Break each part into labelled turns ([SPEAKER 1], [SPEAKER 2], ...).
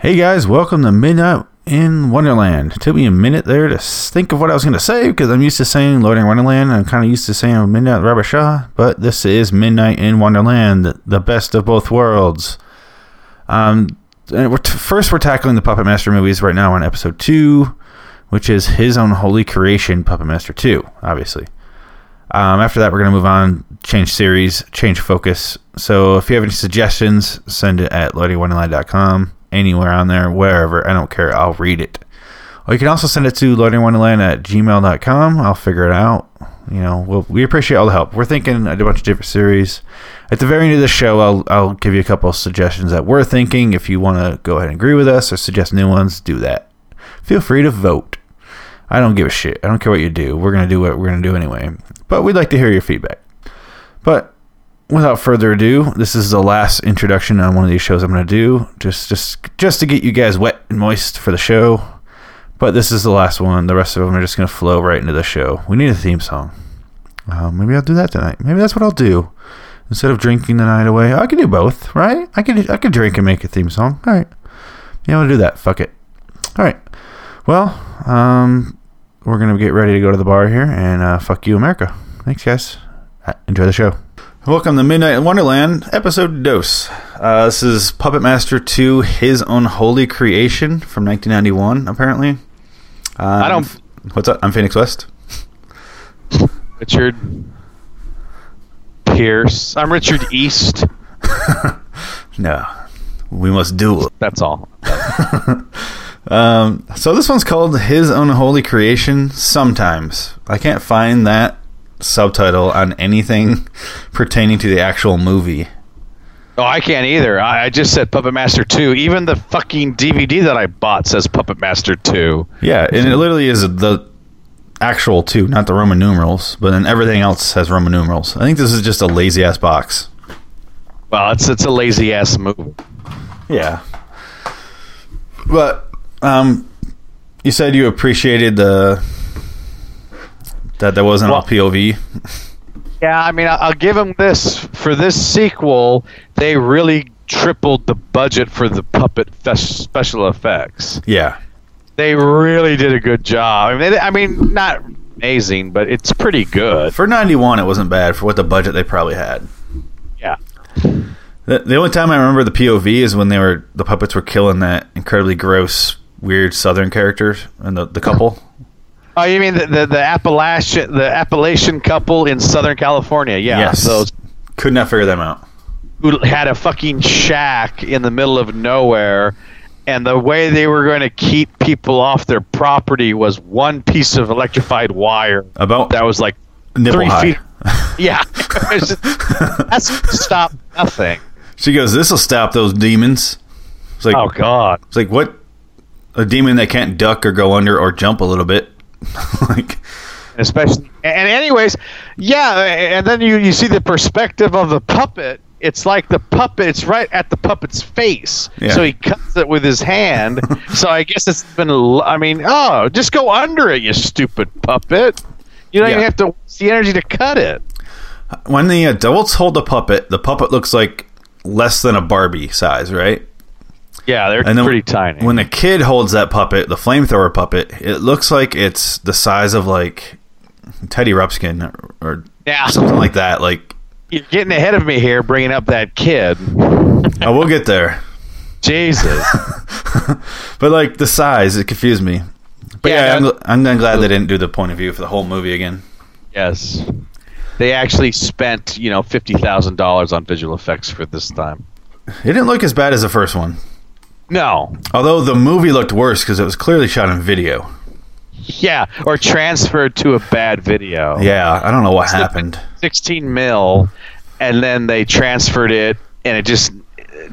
[SPEAKER 1] Hey guys, welcome to Midnight in Wonderland. It took me a minute there to s- think of what I was going to say because I'm used to saying Loading Wonderland and I'm kind of used to saying Midnight Rabbit Shaw, but this is Midnight in Wonderland, the best of both worlds. Um, and we're t- first, we're tackling the Puppet Master movies right now on episode two, which is his own holy creation, Puppet Master 2, obviously. Um, after that, we're going to move on, change series, change focus. So if you have any suggestions, send it at loadingwonderland.com, anywhere on there, wherever. I don't care. I'll read it. Or you can also send it to loadingwonderland at gmail.com. I'll figure it out. You know, we'll, we appreciate all the help. We're thinking a bunch of different series. At the very end of the show, I'll, I'll give you a couple of suggestions that we're thinking. If you want to go ahead and agree with us or suggest new ones, do that. Feel free to vote. I don't give a shit. I don't care what you do. We're gonna do what we're gonna do anyway. But we'd like to hear your feedback. But without further ado, this is the last introduction on one of these shows I'm gonna do. Just just just to get you guys wet and moist for the show. But this is the last one. The rest of them are just gonna flow right into the show. We need a theme song. Uh, maybe I'll do that tonight. Maybe that's what I'll do. Instead of drinking the night away, I can do both, right? I can I can drink and make a theme song. All right. Yeah, I'll do that. Fuck it. All right. Well, um, we're gonna get ready to go to the bar here and uh, fuck you america thanks guys Uh, enjoy the show welcome to midnight in wonderland episode dose uh, this is puppet master 2 his own holy creation from 1991 apparently uh,
[SPEAKER 2] I don't.
[SPEAKER 1] what's up i'm phoenix west
[SPEAKER 2] Richard Pierce. I'm Richard East.
[SPEAKER 1] no we must duel
[SPEAKER 2] That's all.
[SPEAKER 1] um, so this one's called his own holy creation sometimes i can't find that subtitle on anything pertaining to the actual movie
[SPEAKER 2] Oh, I can't either. I, I just said Puppet Master 2. Even the fucking DVD that I bought says Puppet Master 2.
[SPEAKER 1] Yeah, and it literally is the actual two, not the Roman numerals, but then everything else has Roman numerals. I think this is just a lazy ass box.
[SPEAKER 2] Well, it's it's a lazy ass move.
[SPEAKER 1] Yeah. But um you said you appreciated the that there wasn't
[SPEAKER 2] Well-
[SPEAKER 1] all POV.
[SPEAKER 2] Yeah, I mean, I- I'll give them this. For this sequel, they really tripled the budget for the puppet fe- special effects.
[SPEAKER 1] Yeah.
[SPEAKER 2] They really did a good job. I mean, they- I mean, not amazing, but it's pretty good.
[SPEAKER 1] For 91 it wasn't bad for what the budget they probably had.
[SPEAKER 2] Yeah.
[SPEAKER 1] The, the only time I remember the POV is when they were the puppets were killing that incredibly gross weird southern character and the, the couple.
[SPEAKER 2] Oh, you mean the, the, the Appalachian the Appalachian couple in Southern California? Yeah,
[SPEAKER 1] yes.
[SPEAKER 2] those
[SPEAKER 1] Could not figure them out.
[SPEAKER 2] who had a fucking shack in the middle of nowhere, and the way they were going to keep people off their property was one piece of electrified wire
[SPEAKER 1] About
[SPEAKER 2] that was like
[SPEAKER 1] nipple
[SPEAKER 2] three
[SPEAKER 1] high.
[SPEAKER 2] feet. Yeah, It's just- that's stop nothing.
[SPEAKER 1] She goes, "This will stop those demons." It's like
[SPEAKER 2] Oh God,
[SPEAKER 1] it's like what a demon that can't duck or go under or jump a little bit. like
[SPEAKER 2] And especially and anyways, yeah, and then you you see the perspective of the puppet. It's like the puppet. It's right at the puppet's face.
[SPEAKER 1] Yeah.
[SPEAKER 2] So he cuts it with his hand. so I guess it's been. l- I mean, oh, just go under it, you stupid puppet. You don't
[SPEAKER 1] Yeah.
[SPEAKER 2] even have to waste the energy to cut it.
[SPEAKER 1] when the adults hold the puppet, the puppet looks like less than a Barbie size, right?
[SPEAKER 2] Yeah, they're
[SPEAKER 1] And then
[SPEAKER 2] pretty tiny.
[SPEAKER 1] When the kid holds that puppet, the flamethrower puppet, it looks like it's the size of like Teddy Rupskin or, or
[SPEAKER 2] yeah,
[SPEAKER 1] something like that. Like
[SPEAKER 2] you're getting ahead of me here, bringing up that kid.
[SPEAKER 1] I will get there,
[SPEAKER 2] Jesus.
[SPEAKER 1] but like the size, it confused me. But
[SPEAKER 2] Yeah,
[SPEAKER 1] yeah, I'm,
[SPEAKER 2] that-
[SPEAKER 1] gl- I'm gl- glad they didn't do the point of view for the whole movie again.
[SPEAKER 2] yes. They actually spent, you know, fifty thousand dollars on visual effects for this time.
[SPEAKER 1] It didn't look as bad as the first one.
[SPEAKER 2] No,
[SPEAKER 1] Although the movie looked worse because it was clearly shot in video.
[SPEAKER 2] Yeah, or transferred to a bad video.
[SPEAKER 1] Yeah, I don't know what happened.
[SPEAKER 2] 16 mil, and then they transferred it, and it just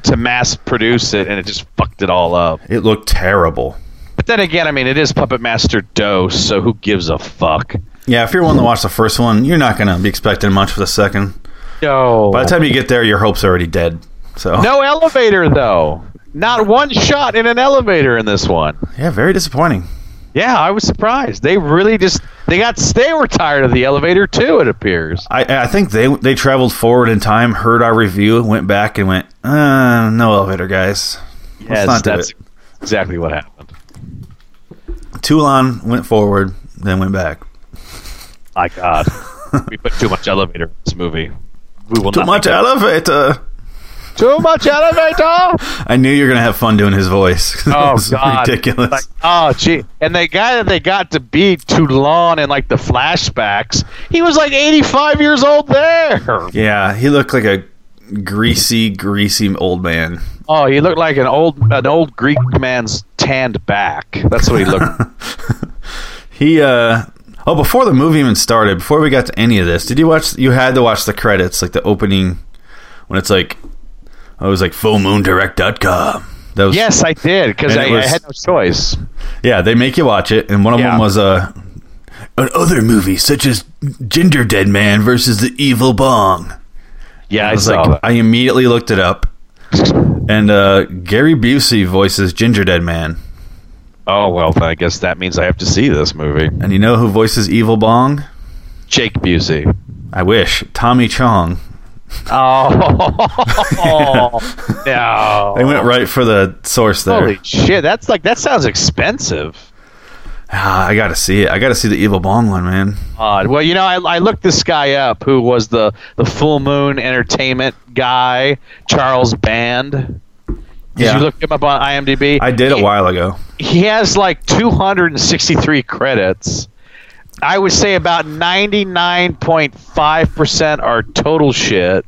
[SPEAKER 2] to mass produce it, and it just fucked it all up.
[SPEAKER 1] It looked terrible.
[SPEAKER 2] But then again, I mean, it is Puppet Master Doe, so who gives a fuck?
[SPEAKER 1] Yeah, if you're willing to watch the first one, you're not going to be expecting much for the second.
[SPEAKER 2] No.
[SPEAKER 1] By the time you get there, your hope's already dead. So
[SPEAKER 2] no elevator though. Not one shot in an elevator in this one.
[SPEAKER 1] yeah, very disappointing.
[SPEAKER 2] Yeah, I was surprised. They really just they got they were tired of the elevator too. It appears.
[SPEAKER 1] I I think they they traveled forward in time, heard our review, went back and went, uh, no elevator, guys. Let's
[SPEAKER 2] Yes,
[SPEAKER 1] not do
[SPEAKER 2] that's
[SPEAKER 1] it.
[SPEAKER 2] exactly what happened.
[SPEAKER 1] Toulon went forward, then went back.
[SPEAKER 2] My God, we put too much elevator in this movie. We will
[SPEAKER 1] Too
[SPEAKER 2] not
[SPEAKER 1] much e-
[SPEAKER 2] make
[SPEAKER 1] elevator.
[SPEAKER 2] it- too much elevator.
[SPEAKER 1] I knew you were gonna have fun doing his voice.
[SPEAKER 2] Oh
[SPEAKER 1] It's
[SPEAKER 2] God!
[SPEAKER 1] ridiculous.
[SPEAKER 2] Like, oh gee, and the guy that they got to be Toulon in like the flashbacks, he was like 85 years old there.
[SPEAKER 1] yeah, he looked like a greasy, greasy old man.
[SPEAKER 2] Oh, he looked like an old an old Greek man's tanned back. That's what he looked.
[SPEAKER 1] He uh oh, before the movie even started, before we got to any of this, did you watch? You had to watch the credits, like the opening, when it's like, oh, it was like fullmoondirect.com. That was
[SPEAKER 2] yes, I did because
[SPEAKER 1] And
[SPEAKER 2] I,
[SPEAKER 1] it was-
[SPEAKER 2] I had no choice.
[SPEAKER 1] Yeah, they make you watch it, and one of
[SPEAKER 2] Yeah.
[SPEAKER 1] them was uh, an other movie such as Ginger Dead Man versus the Evil Bong.
[SPEAKER 2] Yeah, I,
[SPEAKER 1] I was
[SPEAKER 2] saw
[SPEAKER 1] like,
[SPEAKER 2] that.
[SPEAKER 1] I immediately looked it up, and uh, Gary Busey voices Ginger Dead Man,
[SPEAKER 2] oh well, then I guess that means I have to see this movie.
[SPEAKER 1] and you know who voices Evil Bong?
[SPEAKER 2] Jake Busey.
[SPEAKER 1] I wish Tommy Chong.
[SPEAKER 2] Oh no!
[SPEAKER 1] They went right for the source there.
[SPEAKER 2] Holy shit! That's like that sounds expensive.
[SPEAKER 1] Ah, I gotta see it. I gotta see the Evil Bong one, man.
[SPEAKER 2] odd. Well, you know, I, I looked this guy up, who was the the Full Moon Entertainment guy, Charles Band. Did
[SPEAKER 1] Yeah.
[SPEAKER 2] you look him up on IMDb?
[SPEAKER 1] I did a
[SPEAKER 2] He-
[SPEAKER 1] while ago.
[SPEAKER 2] He has like 263 credits. I would say about 99.5% are total shit.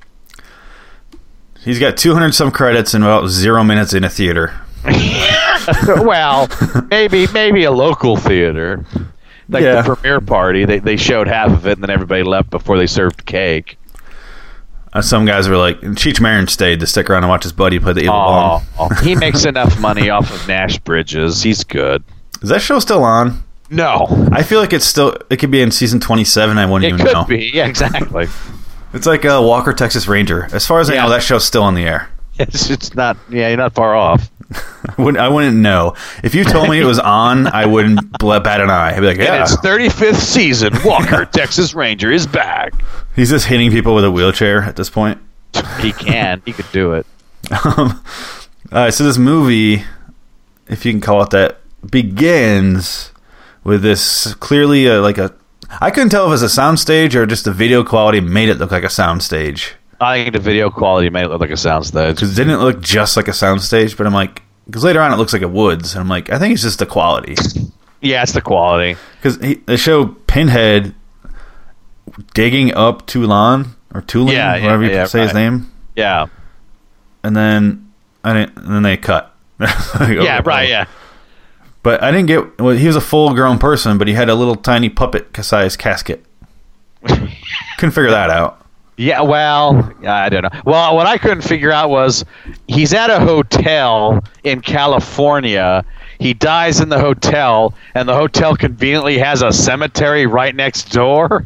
[SPEAKER 1] He's got 200 some credits and about zero minutes in a theater.
[SPEAKER 2] well, maybe maybe a local theater. Like
[SPEAKER 1] Yeah.
[SPEAKER 2] the premiere party, they, they showed half of it and then everybody left before they served cake.
[SPEAKER 1] Uh, some guys were like, Cheech Marin stayed to stick around and watch his buddy play the Evil
[SPEAKER 2] Oh,
[SPEAKER 1] Bong.
[SPEAKER 2] he makes enough money off of Nash Bridges. He's good.
[SPEAKER 1] Is that show still on?
[SPEAKER 2] No,
[SPEAKER 1] I feel like it's still. It could be in season 27. I wouldn't
[SPEAKER 2] it
[SPEAKER 1] even
[SPEAKER 2] could
[SPEAKER 1] know.
[SPEAKER 2] be. Yeah, exactly.
[SPEAKER 1] It's like uh, Walker Texas Ranger. As far as I
[SPEAKER 2] Yeah.
[SPEAKER 1] know, that show's still on the air.
[SPEAKER 2] It's, it's not. Yeah, you're not far off.
[SPEAKER 1] I wouldn't, I wouldn't know if you told me it was on. I wouldn't bl- bat an eye. I'd be like,
[SPEAKER 2] And
[SPEAKER 1] yeah,
[SPEAKER 2] its 35th season, Walker Texas Ranger is back.
[SPEAKER 1] he's just hitting people with a wheelchair at this point.
[SPEAKER 2] He can. He could do it.
[SPEAKER 1] Um, all right, so this movie, if you can call it that, begins with this clearly uh like a. I couldn't tell if it was a soundstage or just the video quality made it look like a soundstage.
[SPEAKER 2] I think the video quality made it look like a soundstage.
[SPEAKER 1] Because it didn't look just like a soundstage, but I'm like, because later on it looks like a woods, and I'm like, I think it's just the quality.
[SPEAKER 2] Yeah, it's the quality.
[SPEAKER 1] Because they show Pinhead digging up Toulon or Toulon,
[SPEAKER 2] Yeah, yeah,
[SPEAKER 1] whatever you
[SPEAKER 2] yeah,
[SPEAKER 1] say his
[SPEAKER 2] right.
[SPEAKER 1] name,
[SPEAKER 2] Yeah.
[SPEAKER 1] and then I didn't, and then they cut. oh,
[SPEAKER 2] Yeah. Right. Yeah.
[SPEAKER 1] But I didn't get. Well, he was a full-grown person, but he had a little tiny puppet-sized casket. Couldn't figure that out.
[SPEAKER 2] Yeah, well, I don't know. Well, what I couldn't figure out was he's at a hotel in California. He dies in the hotel, and the hotel conveniently has a cemetery right next door,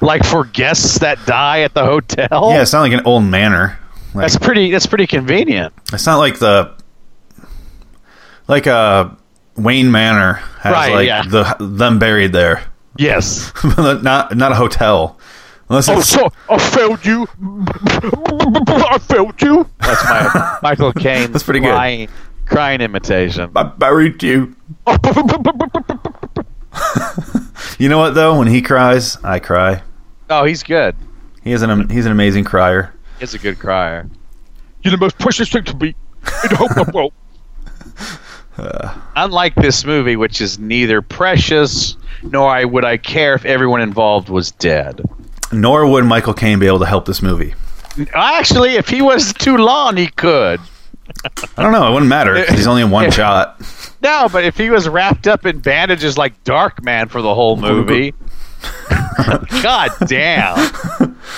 [SPEAKER 2] like for guests that die at the hotel.
[SPEAKER 1] Yeah, it's not like an old manor. Like,
[SPEAKER 2] that's pretty. That's pretty convenient.
[SPEAKER 1] It's not like the like uh Wayne Manor has
[SPEAKER 2] Right,
[SPEAKER 1] like
[SPEAKER 2] yeah.
[SPEAKER 1] the them buried there,
[SPEAKER 2] Yes.
[SPEAKER 1] not not a hotel. Unless
[SPEAKER 2] Oh,
[SPEAKER 1] it's,
[SPEAKER 2] so I failed you. I failed you. That's my Michael Caine.
[SPEAKER 1] That's pretty good.
[SPEAKER 2] Crying, crying imitation.
[SPEAKER 1] I buried you. You know what though? When he cries, I cry.
[SPEAKER 2] Oh, he's good.
[SPEAKER 1] He is an am- he's an amazing crier.
[SPEAKER 2] He's a good crier.
[SPEAKER 3] You're the most precious thing to me in the whole world.
[SPEAKER 2] Unlike this movie, which is neither precious nor I would I care if everyone involved was dead.
[SPEAKER 1] Nor would Michael Caine be able to help this movie.
[SPEAKER 2] Actually, if he was too long, he could.
[SPEAKER 1] I don't know. It wouldn't matter. 'cause He's only in one shot.
[SPEAKER 2] No, but if he was wrapped up in bandages like Dark Man for the whole movie, God damn,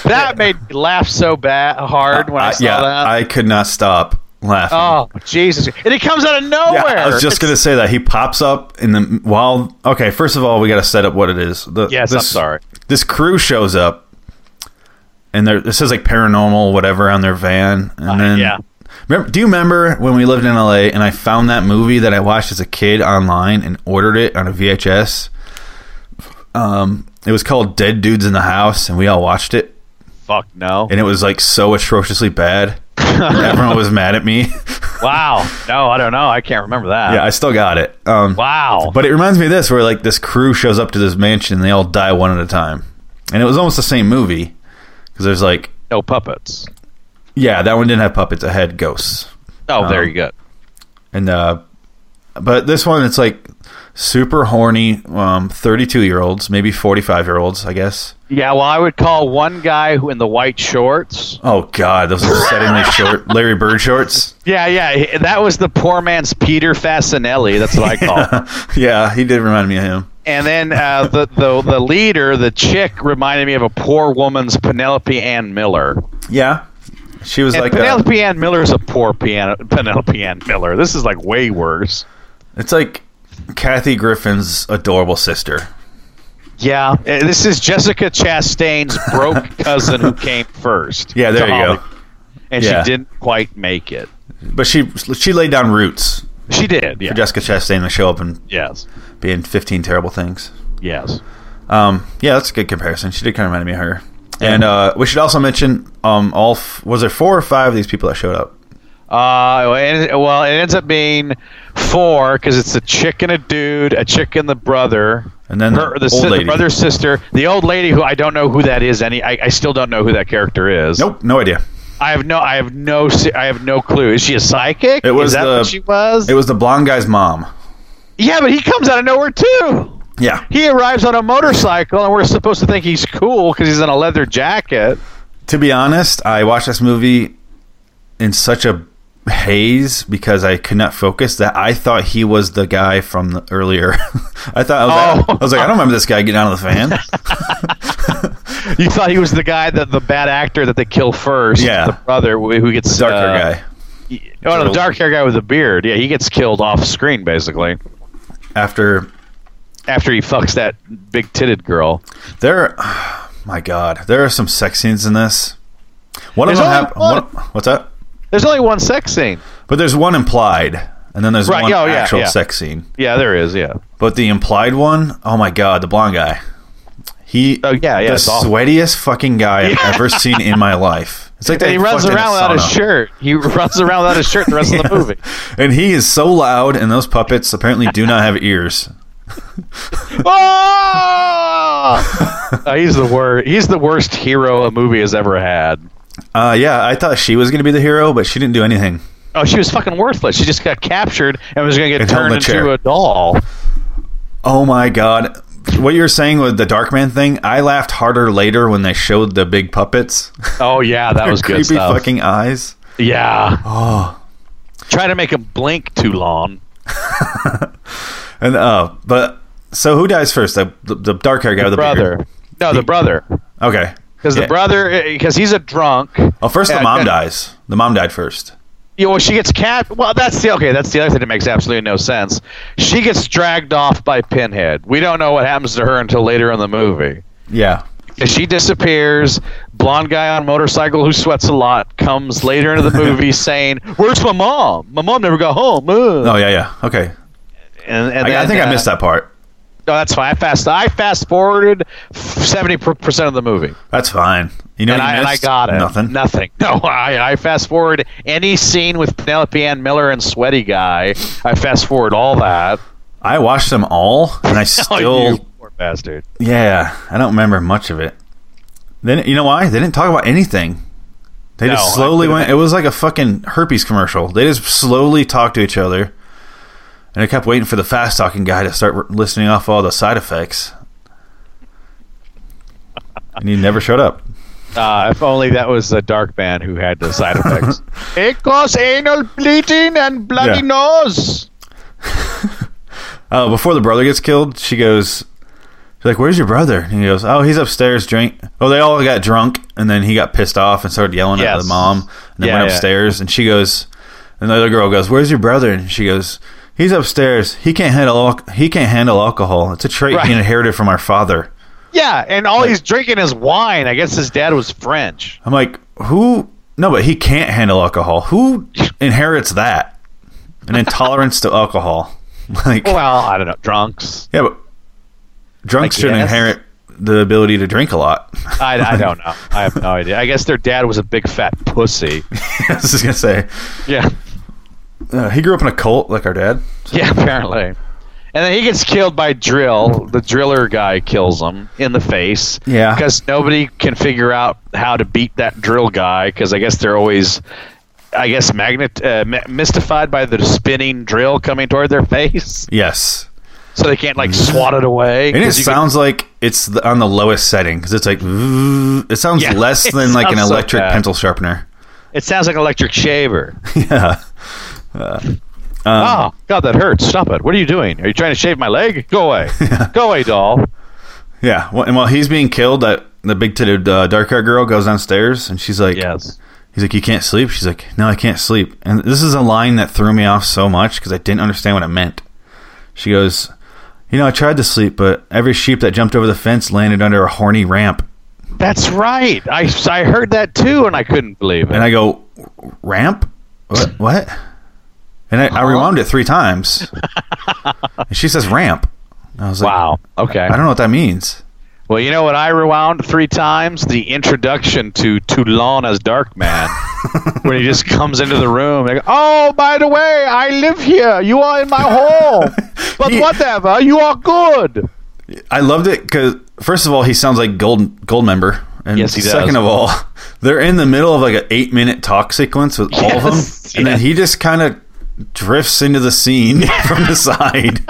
[SPEAKER 2] that made me laugh so bad hard when I, saw
[SPEAKER 1] Uh, yeah,
[SPEAKER 2] that.
[SPEAKER 1] I could not stop laughing.
[SPEAKER 2] oh Jesus! And it comes out of
[SPEAKER 1] Yeah,
[SPEAKER 2] nowhere.
[SPEAKER 1] I was just gonna say that he pops up in the while. Okay, first of all, we gotta set up what it is. The,
[SPEAKER 2] Yes, I'm sorry.
[SPEAKER 1] This crew shows up, and there it says like paranormal whatever on their van, and then
[SPEAKER 2] Uh, yeah.
[SPEAKER 1] Remember, do you remember when we lived in LA and I found that movie that I watched as a kid online and ordered it on a VHS? Um, it was called Dead Dudes in the House, and we all watched it,
[SPEAKER 2] Fuck no.
[SPEAKER 1] and it was like so atrociously bad. Everyone was mad at me.
[SPEAKER 2] Wow. No, I don't know. I can't remember that.
[SPEAKER 1] yeah, I still got it. Um,
[SPEAKER 2] Wow.
[SPEAKER 1] But it reminds me of this, where like this crew shows up to this mansion and they all die one at a time, and it was almost the same movie because there's like,
[SPEAKER 2] no puppets.
[SPEAKER 1] yeah, that one didn't have puppets; it had ghosts,
[SPEAKER 2] Oh,
[SPEAKER 1] Um,
[SPEAKER 2] there you go.
[SPEAKER 1] and uh, but this one it's like super horny, um, thirty-two year olds, maybe forty-five year olds, I guess.
[SPEAKER 2] Yeah, well, I would call one guy who in the white shorts.
[SPEAKER 1] Oh God, those upsettingly short Larry Bird shorts.
[SPEAKER 2] Yeah, yeah, he- that was the poor man's Peter Fasinelli. That's what I call. him.
[SPEAKER 1] yeah, he did remind me of him.
[SPEAKER 2] And then uh, the the the leader, the chick, reminded me of a poor woman's Penelope Ann Miller.
[SPEAKER 1] Yeah, she was
[SPEAKER 2] And
[SPEAKER 1] like, uh,
[SPEAKER 2] Penelope Ann Miller is a poor piano, Penelope Ann Miller. This is like way worse.
[SPEAKER 1] it's like Kathy Griffin's adorable sister.
[SPEAKER 2] Yeah, eh, this is Jessica Chastain's broke cousin who came first.
[SPEAKER 1] Yeah, there
[SPEAKER 2] to
[SPEAKER 1] you go.
[SPEAKER 2] Hollywood. And
[SPEAKER 1] Yeah.
[SPEAKER 2] she didn't quite make it.
[SPEAKER 1] But she she laid down roots
[SPEAKER 2] She did. Yeah.
[SPEAKER 1] for Jessica Chastain to show up and
[SPEAKER 2] yes.
[SPEAKER 1] be in 15 terrible things.
[SPEAKER 2] Yes.
[SPEAKER 1] Um, yeah, that's a good comparison. She did kind of remind me of her. And uh, we should also mention um, all f- was there four or five of these people that showed up?
[SPEAKER 2] Uh, and- well, it ends up being four because it's a chick and a dude, a chick and the brother,
[SPEAKER 1] And then
[SPEAKER 2] her,
[SPEAKER 1] the
[SPEAKER 2] the,
[SPEAKER 1] old
[SPEAKER 2] si- the
[SPEAKER 1] lady.
[SPEAKER 2] brother's sister, the old lady who I don't know who that is. Any, I, I still don't know who that character is.
[SPEAKER 1] Nope, no idea.
[SPEAKER 2] I have no, I have no, se- I have no clue. Is she a psychic?
[SPEAKER 1] It was
[SPEAKER 2] is that
[SPEAKER 1] the-
[SPEAKER 2] what she was?
[SPEAKER 1] It was the blonde guy's mom.
[SPEAKER 2] yeah, but he comes out of nowhere too.
[SPEAKER 1] Yeah,
[SPEAKER 2] He arrives on a motorcycle, and we're supposed to think he's cool because he's in a leather jacket.
[SPEAKER 1] to be honest, I watched this movie in such a haze because I could not focus that I thought he was the guy from the earlier. I thought I was,
[SPEAKER 2] Oh.
[SPEAKER 1] like, I was like, I don't remember this guy getting out of the van.
[SPEAKER 2] Uh. You thought he was the guy that the bad actor that they kill first.
[SPEAKER 1] Yeah.
[SPEAKER 2] the brother who who gets
[SPEAKER 1] Darker
[SPEAKER 2] uh,
[SPEAKER 1] guy.
[SPEAKER 2] Oh, no, the dark hair guy with the beard. Yeah, he gets killed off screen basically
[SPEAKER 1] After
[SPEAKER 2] after he fucks that big titted girl.
[SPEAKER 1] There, my God, there are some sex scenes in this. One of
[SPEAKER 2] There's
[SPEAKER 1] them
[SPEAKER 2] only
[SPEAKER 1] hap-
[SPEAKER 2] one.
[SPEAKER 1] one- What's up?
[SPEAKER 2] There's only one sex scene.
[SPEAKER 1] But there's one implied, and then there's
[SPEAKER 2] Right,
[SPEAKER 1] one
[SPEAKER 2] oh, yeah,
[SPEAKER 1] actual
[SPEAKER 2] yeah.
[SPEAKER 1] sex scene.
[SPEAKER 2] Yeah, there is. Yeah.
[SPEAKER 1] But the implied one, oh my God, the blonde guy. He,
[SPEAKER 2] Oh, yeah, yeah,
[SPEAKER 1] the
[SPEAKER 2] it's awful.
[SPEAKER 1] sweatiest fucking guy I've ever seen in my life. It's like
[SPEAKER 2] And
[SPEAKER 1] they
[SPEAKER 2] he runs
[SPEAKER 1] fucked in a
[SPEAKER 2] around without a
[SPEAKER 1] sauna.
[SPEAKER 2] shirt. He runs around without a shirt the rest of the movie.
[SPEAKER 1] and he is so loud, and those puppets apparently do not have ears.
[SPEAKER 2] Oh! Uh, he's the worst. He's the worst hero a movie has ever had.
[SPEAKER 1] Uh, yeah, I thought she was gonna be the hero, but she didn't do anything.
[SPEAKER 2] Oh, she was fucking worthless. She just got captured and was going to get
[SPEAKER 1] And held
[SPEAKER 2] turned
[SPEAKER 1] in a chair.
[SPEAKER 2] into a doll.
[SPEAKER 1] Oh my god. What you were saying with the Darkman thing, I laughed harder later when they showed the big puppets.
[SPEAKER 2] Oh yeah, that was
[SPEAKER 1] Creepy
[SPEAKER 2] good stuff.
[SPEAKER 1] fucking eyes.
[SPEAKER 2] yeah. Oh. Try to make him blink too long.
[SPEAKER 1] And uh but so who dies first? The the, the dark hair guy with the
[SPEAKER 2] brother.
[SPEAKER 1] beard.
[SPEAKER 2] No, the brother.
[SPEAKER 1] Okay.
[SPEAKER 2] Because
[SPEAKER 1] Yeah.
[SPEAKER 2] the brother, because he's a drunk.
[SPEAKER 1] Oh first
[SPEAKER 2] Yeah,
[SPEAKER 1] the mom
[SPEAKER 2] yeah.
[SPEAKER 1] dies. The mom died first.
[SPEAKER 2] You know, she gets cat. Well, that's the okay. That's the other thing that makes absolutely no sense. She gets dragged off by Pinhead. We don't know what happens to her until later in the movie.
[SPEAKER 1] Yeah.
[SPEAKER 2] 'Cause She disappears. Blonde guy on motorcycle who sweats a lot comes later into the movie saying, "Where's my mom? My mom never got home." Ugh."
[SPEAKER 1] Oh yeah, yeah. Okay.
[SPEAKER 2] And, and
[SPEAKER 1] I, I
[SPEAKER 2] then,
[SPEAKER 1] think I
[SPEAKER 2] uh,
[SPEAKER 1] missed that part.
[SPEAKER 2] No, that's fine. I fast. I fast forwarded seventy percent of the movie.
[SPEAKER 1] That's fine. You know
[SPEAKER 2] and,
[SPEAKER 1] what you
[SPEAKER 2] I, and I
[SPEAKER 1] missed?
[SPEAKER 2] got it.
[SPEAKER 1] Nothing.
[SPEAKER 2] Nothing. No, I, I fast forward any scene with Penelope Ann Miller and Sweaty Guy. I fast forward all that.
[SPEAKER 1] I watched them all and I
[SPEAKER 2] Oh,
[SPEAKER 1] still
[SPEAKER 2] you poor bastard.
[SPEAKER 1] Yeah, I don't remember much of it. Then you know why they didn't talk about anything. They
[SPEAKER 2] No,
[SPEAKER 1] just slowly
[SPEAKER 2] I-
[SPEAKER 1] went. It was like a fucking herpes commercial. They just slowly talked to each other, and I kept waiting for the fast talking guy to start r- listening off all the side effects, and he never showed up.
[SPEAKER 2] Uh, if only that was a dark man who had the side effects. it caused anal bleeding and
[SPEAKER 1] Yeah.
[SPEAKER 2] bloody nose.
[SPEAKER 1] Uh, before the brother gets killed, she goes, she's like, where's your brother? And he goes, oh, he's upstairs drink. Oh, they all got drunk, and then he got pissed off and started yelling at
[SPEAKER 2] Yes.
[SPEAKER 1] the mom, and then
[SPEAKER 2] Yeah,
[SPEAKER 1] went
[SPEAKER 2] yeah.
[SPEAKER 1] upstairs, and she goes, and the other girl goes, where's your brother? And she goes, he's upstairs. He can't handle al- he can't handle alcohol. It's a trait
[SPEAKER 2] Right.
[SPEAKER 1] he inherited from our father.
[SPEAKER 2] Yeah, and all he's drinking is wine. I guess his dad was French.
[SPEAKER 1] I'm like, who? No, but he can't handle alcohol. Who inherits that? An intolerance to alcohol. Like,
[SPEAKER 2] Well, I don't know. Drunks.
[SPEAKER 1] Yeah, but drunks
[SPEAKER 2] I
[SPEAKER 1] shouldn't
[SPEAKER 2] guess.
[SPEAKER 1] inherit the ability to drink a lot.
[SPEAKER 2] I, I don't know. I have no idea. I guess their dad was a big fat pussy.
[SPEAKER 1] I was just gonna say
[SPEAKER 2] Yeah.
[SPEAKER 1] uh, he grew up in a cult like our dad.
[SPEAKER 2] Yeah, apparently. And then he gets killed by Drill. The driller guy kills him in the face.
[SPEAKER 1] Yeah.
[SPEAKER 2] Because nobody can figure out how to beat that drill guy. Because I guess they're always, I guess, magnet uh, mi- mystified by the spinning drill coming toward their face,
[SPEAKER 1] Yes,
[SPEAKER 2] so they can't like swat it away.
[SPEAKER 1] and it
[SPEAKER 2] 'cause you can-
[SPEAKER 1] sounds like it's the, on the lowest setting because it's like it sounds
[SPEAKER 2] Yeah,
[SPEAKER 1] less
[SPEAKER 2] it
[SPEAKER 1] than like an
[SPEAKER 2] sounds so
[SPEAKER 1] electric
[SPEAKER 2] bad.
[SPEAKER 1] pencil sharpener.
[SPEAKER 2] it sounds like an electric shaver.
[SPEAKER 1] yeah, Um,
[SPEAKER 2] oh God, that hurts! Stop it! What are you doing? Are you trying to shave my leg? Go away! Go away, doll!
[SPEAKER 1] yeah. Well, and while he's being killed, that the big titted uh, dark haired girl goes downstairs and she's like,
[SPEAKER 2] Yes.
[SPEAKER 1] He's like, you can't sleep. She's like, no, I can't sleep. And this is a line that threw me off so much because I didn't understand what it meant. She goes, you know, I tried to sleep, but every sheep that jumped over the fence landed under a horny ramp.
[SPEAKER 2] That's right. I, I heard that too, and I couldn't believe it.
[SPEAKER 1] And I go, ramp? What? what? And I, I rewound it three times. and she says ramp. And I was like,
[SPEAKER 2] wow. Okay.
[SPEAKER 1] I don't know what that means.
[SPEAKER 2] Well, you know what? I rewound three times the introduction to Toulon as Dark Man. when he just comes into the room and go, oh by the way i live here you are in my home but
[SPEAKER 1] He-
[SPEAKER 2] whatever you are good
[SPEAKER 1] I loved it because first of all, he sounds like gold gold member, and
[SPEAKER 2] Yes, he does.
[SPEAKER 1] second of all, they're in the middle of like an eight minute talk sequence with all of them,
[SPEAKER 2] Yes,
[SPEAKER 1] and then
[SPEAKER 2] yes.
[SPEAKER 1] he just kind of drifts into the scene from the side.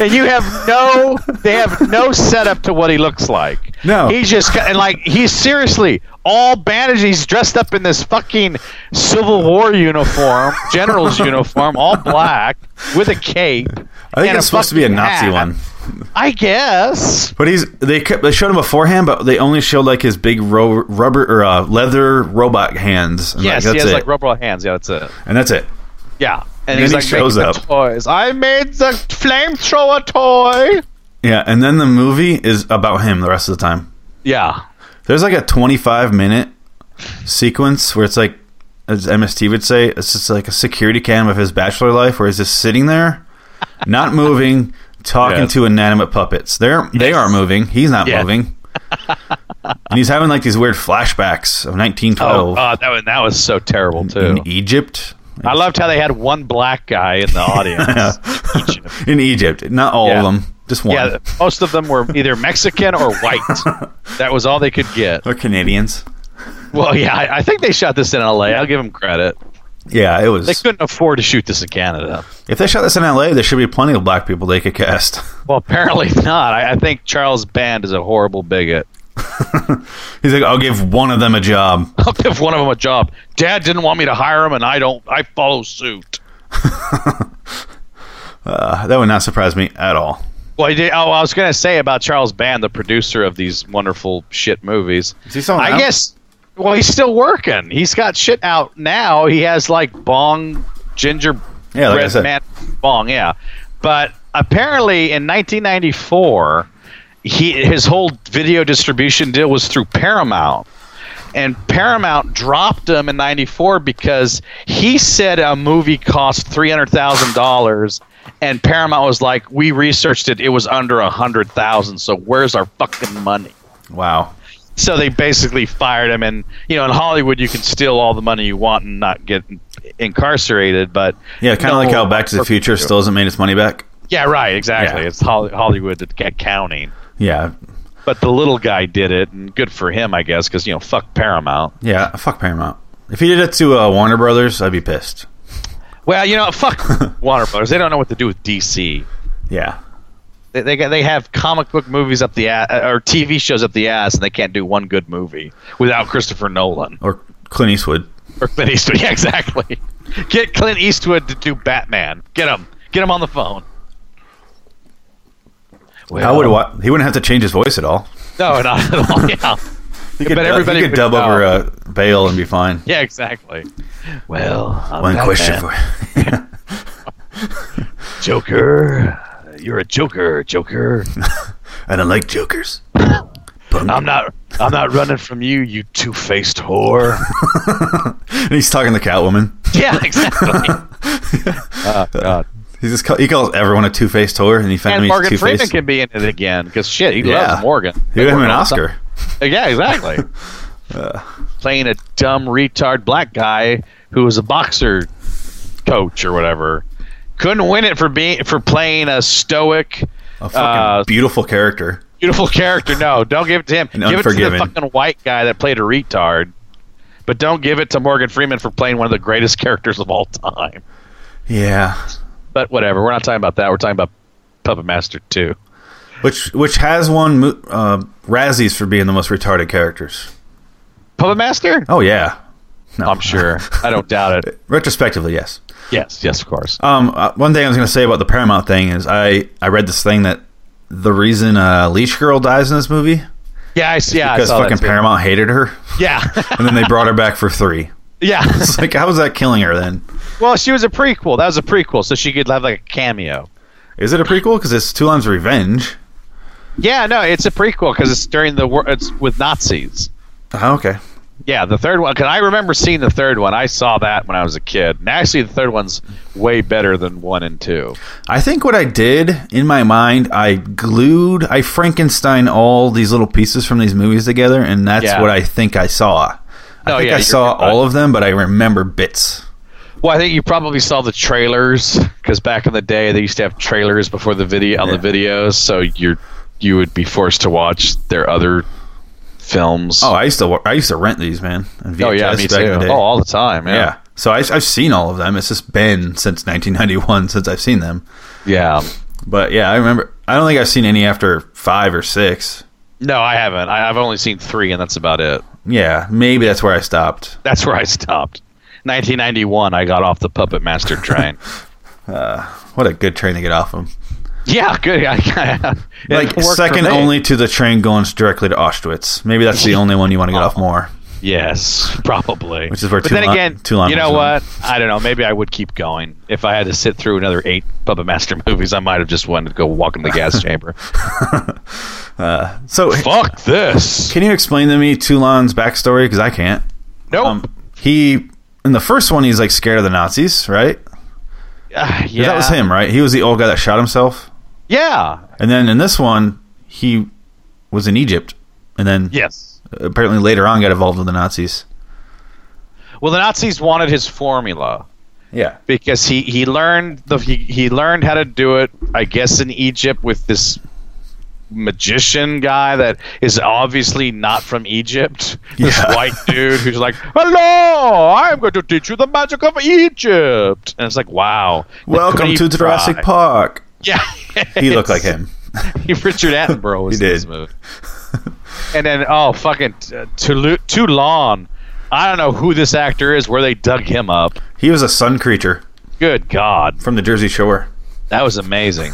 [SPEAKER 2] and you have no they have no setup to what he looks like
[SPEAKER 1] No.
[SPEAKER 2] he's just and like he's seriously all bandaged he's dressed up in this fucking civil war uniform general's uniform all black with a cape
[SPEAKER 1] I think it's supposed to be a Nazi one,
[SPEAKER 2] i guess
[SPEAKER 1] but he's they kept, they showed him beforehand, but they only showed like his big ro- rubber or uh, leather robot hands. And
[SPEAKER 2] yes
[SPEAKER 1] like,
[SPEAKER 2] he
[SPEAKER 1] that's
[SPEAKER 2] has
[SPEAKER 1] it,
[SPEAKER 2] like rubber hands yeah that's it
[SPEAKER 1] and that's it.
[SPEAKER 2] yeah and,
[SPEAKER 1] then
[SPEAKER 2] he's
[SPEAKER 1] he
[SPEAKER 2] like
[SPEAKER 1] shows
[SPEAKER 2] making the
[SPEAKER 1] up.
[SPEAKER 2] toys i made the flamethrower toy
[SPEAKER 1] Yeah, and then the movie is about him the rest of the time.
[SPEAKER 2] yeah
[SPEAKER 1] There's like a 25 minute sequence where it's like, as MST would say, it's just like a security cam of his bachelor life, where he's just sitting there, not moving, talking
[SPEAKER 2] Yes.
[SPEAKER 1] to inanimate puppets. They're they are moving. He's not
[SPEAKER 2] Yes.
[SPEAKER 1] moving, and he's having like these weird flashbacks of 1912
[SPEAKER 2] God, Oh, uh, that was, that was so terrible too
[SPEAKER 1] in Egypt.
[SPEAKER 2] I loved how they had one black guy in the audience. Egypt.
[SPEAKER 1] In Egypt, not all
[SPEAKER 2] Yeah.
[SPEAKER 1] of them, just one.
[SPEAKER 2] yeah, most of them were either Mexican or white. that was all they could get.
[SPEAKER 1] They're Canadians.
[SPEAKER 2] Well, yeah, I, I think they shot this in L.A. I'll give them credit.
[SPEAKER 1] Yeah, it
[SPEAKER 2] They
[SPEAKER 1] was.
[SPEAKER 2] couldn't afford to shoot this in Canada.
[SPEAKER 1] If they shot this in LA, there should be plenty of black people they could cast.
[SPEAKER 2] Well, apparently not. I, I think Charles Band is a horrible bigot.
[SPEAKER 1] He's like, I'll give one of them a job.
[SPEAKER 2] I'll give one of them a job. Dad didn't want me to hire him, and I don't. I follow suit.
[SPEAKER 1] That would not surprise me at all.
[SPEAKER 2] Well, I did, oh, I was gonna say about Charles Band, the producer of these wonderful shit movies.
[SPEAKER 1] Is he still
[SPEAKER 2] I
[SPEAKER 1] out?
[SPEAKER 2] guess. Well, he's still working. He's got shit out now. He has like bong ginger
[SPEAKER 1] Yeah, like I
[SPEAKER 2] bread
[SPEAKER 1] said.
[SPEAKER 2] man bong. Yeah, but apparently in 1994, he his whole video distribution deal was through Paramount. And Paramount dropped him in '94 because he said a movie cost three hundred thousand dollars, and Paramount was like, "We researched it; it was under a hundred thousand. So where's our fucking money?"
[SPEAKER 1] Wow.
[SPEAKER 2] so they basically fired him and you know in hollywood you can steal all the money you want and not get incarcerated but
[SPEAKER 1] Yeah, kind of
[SPEAKER 2] No.
[SPEAKER 1] like how Back to the Future still hasn't made its money back.
[SPEAKER 2] yeah right exactly
[SPEAKER 1] Yeah.
[SPEAKER 2] it's Hol- hollywood accounting
[SPEAKER 1] Yeah,
[SPEAKER 2] but the little guy did it and good for him i guess because you know fuck paramount
[SPEAKER 1] yeah. Fuck Paramount. If he did it to uh, Warner Brothers, I'd be pissed.
[SPEAKER 2] well you know fuck warner brothers they don't know what to do with dc
[SPEAKER 1] Yeah,
[SPEAKER 2] they, they, got- they have comic book movies up the ass or tv shows up the ass and they can't do one good movie without christopher nolan
[SPEAKER 1] or Clint Eastwood.
[SPEAKER 2] Or Clint Eastwood. Yeah, exactly. Get Clint Eastwood to do Batman. Get him. Get him on the phone. Well,
[SPEAKER 1] I would. Wa- he wouldn't have to change his voice at all.
[SPEAKER 2] No, not at all. Yeah.
[SPEAKER 1] He could,
[SPEAKER 2] But
[SPEAKER 1] du-
[SPEAKER 2] everybody
[SPEAKER 1] he could
[SPEAKER 2] would
[SPEAKER 1] dub
[SPEAKER 2] know.
[SPEAKER 1] over uh, Bale and be fine.
[SPEAKER 2] Yeah, exactly. Well, I'm
[SPEAKER 1] One
[SPEAKER 2] Batman.
[SPEAKER 1] question for
[SPEAKER 2] Joker. You're a Joker, Joker.
[SPEAKER 1] I don't like jokers.
[SPEAKER 2] I'm not. I'm not running from you, you two-faced whore.
[SPEAKER 1] And he's talking to Catwoman.
[SPEAKER 2] Uh, yeah, exactly.
[SPEAKER 1] He just call, he calls everyone a Two Face toy, and he found
[SPEAKER 2] and
[SPEAKER 1] me
[SPEAKER 2] Morgan
[SPEAKER 1] Two
[SPEAKER 2] Freeman
[SPEAKER 1] Face.
[SPEAKER 2] can be in it again because shit, he
[SPEAKER 1] Yeah.
[SPEAKER 2] loves Morgan.
[SPEAKER 1] He gave him an
[SPEAKER 2] Morgan-
[SPEAKER 1] Oscar.
[SPEAKER 2] Yeah, exactly. Playing a dumb retard black guy who was a boxer coach or whatever. Couldn't win it for being for playing a stoic,
[SPEAKER 1] A fucking
[SPEAKER 2] uh,
[SPEAKER 1] beautiful character.
[SPEAKER 2] beautiful character. No, don't give it to him.
[SPEAKER 1] And
[SPEAKER 2] give it to the
[SPEAKER 1] Unforgiven.
[SPEAKER 2] fucking white guy that played a retard. But don't give it to Morgan Freeman for playing one of the greatest characters of all time.
[SPEAKER 1] Yeah.
[SPEAKER 2] But whatever, we're not talking about that. We're talking about Puppet Master 2.
[SPEAKER 1] Which which has won mo- uh, Razzies for being the most retarded characters.
[SPEAKER 2] Puppet Master?
[SPEAKER 1] Oh yeah. No.
[SPEAKER 2] I'm sure. I don't doubt it.
[SPEAKER 1] Retrospectively, yes.
[SPEAKER 2] Yes, yes, of course.
[SPEAKER 1] Um, uh, one thing I was going to say about the Paramount thing is I I read this thing that the reason uh, Leash Girl dies in this movie
[SPEAKER 2] Yeah, I see. Yeah, I
[SPEAKER 1] because
[SPEAKER 2] saw that
[SPEAKER 1] fucking
[SPEAKER 2] too.
[SPEAKER 1] Paramount hated her,
[SPEAKER 2] Yeah,
[SPEAKER 1] and then they brought her back for three.
[SPEAKER 2] yeah.
[SPEAKER 1] It's like how was that killing her then?
[SPEAKER 2] Well, she was a prequel. That was a prequel, so she could have like a cameo.
[SPEAKER 1] Is it a prequel? Because it's Two Limes Revenge.
[SPEAKER 2] Yeah, no, it's a prequel because it's during the war. It's with Nazis.
[SPEAKER 1] Oh, okay.
[SPEAKER 2] Yeah, the third one. Because I remember seeing the third one. I saw that when I was a kid. And actually, the third one's way better than one and two.
[SPEAKER 1] I think what I did in my mind, I glued, I Frankenstein all these little pieces from these movies together, and that's
[SPEAKER 2] Yeah.
[SPEAKER 1] what I think I saw.
[SPEAKER 2] No,
[SPEAKER 1] I think
[SPEAKER 2] yeah,
[SPEAKER 1] I
[SPEAKER 2] you're
[SPEAKER 1] saw
[SPEAKER 2] good, bud.
[SPEAKER 1] all of them, but I remember bits.
[SPEAKER 2] Well, I think you probably saw the trailers because back in the day they used to have trailers before the video on the videos, so you're you would be forced to watch their other films.
[SPEAKER 1] Oh, I used to, wa- I used to rent these, man. on
[SPEAKER 2] Oh, yeah,
[SPEAKER 1] VHS
[SPEAKER 2] me
[SPEAKER 1] back in
[SPEAKER 2] too.
[SPEAKER 1] the day.
[SPEAKER 2] Oh, all the time.
[SPEAKER 1] yeah.
[SPEAKER 2] Yeah,
[SPEAKER 1] So I, I've seen all of them. It's just been since 1991 since I've seen them.
[SPEAKER 2] yeah.
[SPEAKER 1] But yeah, I remember. I don't think I've seen any after five or six.
[SPEAKER 2] No, I haven't. I, I've only seen three, and that's about it.
[SPEAKER 1] Yeah, maybe that's where I stopped.
[SPEAKER 2] That's where I stopped. 1991, I got off the Puppet Master train.
[SPEAKER 1] What a good train to get off of.
[SPEAKER 2] yeah, good. I, I, it worked
[SPEAKER 1] Like
[SPEAKER 2] for
[SPEAKER 1] second
[SPEAKER 2] me.
[SPEAKER 1] only to the train going directly to Auschwitz. Maybe that's the only one you want to get off more.
[SPEAKER 2] Yes, probably.
[SPEAKER 1] Which is where
[SPEAKER 2] But
[SPEAKER 1] Toulon-
[SPEAKER 2] then again,
[SPEAKER 1] Toulon
[SPEAKER 2] you know
[SPEAKER 1] was um,
[SPEAKER 2] what? I don't know. Maybe I would keep going if I had to sit through another eight Puppet Master movies. I might have just wanted to go walk in the gas chamber.
[SPEAKER 1] So
[SPEAKER 2] Fuck this.
[SPEAKER 1] can you explain to me Toulon's backstory? Because I can't.
[SPEAKER 2] Nope.
[SPEAKER 1] Um, he in the first one he's like scared of the Nazis, right?
[SPEAKER 2] Ah, yeah.
[SPEAKER 1] 'Cause That was him, right? He was the old guy that shot himself.
[SPEAKER 2] Yeah.
[SPEAKER 1] And then in this one he was in Egypt, and then
[SPEAKER 2] Yes.
[SPEAKER 1] apparently later on got involved with the Nazis.
[SPEAKER 2] Well, the Nazis wanted his formula.
[SPEAKER 1] Yeah.
[SPEAKER 2] because he he learned the he, he learned how to do it i guess in egypt with this magician guy that is obviously not from egypt this
[SPEAKER 1] Yeah.
[SPEAKER 2] white dude who's like hello i'm going to teach you the magic of egypt and it's like wow
[SPEAKER 1] Welcome to Jurassic
[SPEAKER 2] Park.
[SPEAKER 1] Park.
[SPEAKER 2] yeah
[SPEAKER 1] He looked like him.
[SPEAKER 2] richard attenborough was
[SPEAKER 1] He
[SPEAKER 2] in this
[SPEAKER 1] did.
[SPEAKER 2] movie and then oh fucking uh, Toulou- toulon i don't know who this actor is where they dug him up
[SPEAKER 1] He was a sun creature
[SPEAKER 2] good god
[SPEAKER 1] from the Jersey Shore.
[SPEAKER 2] That was amazing.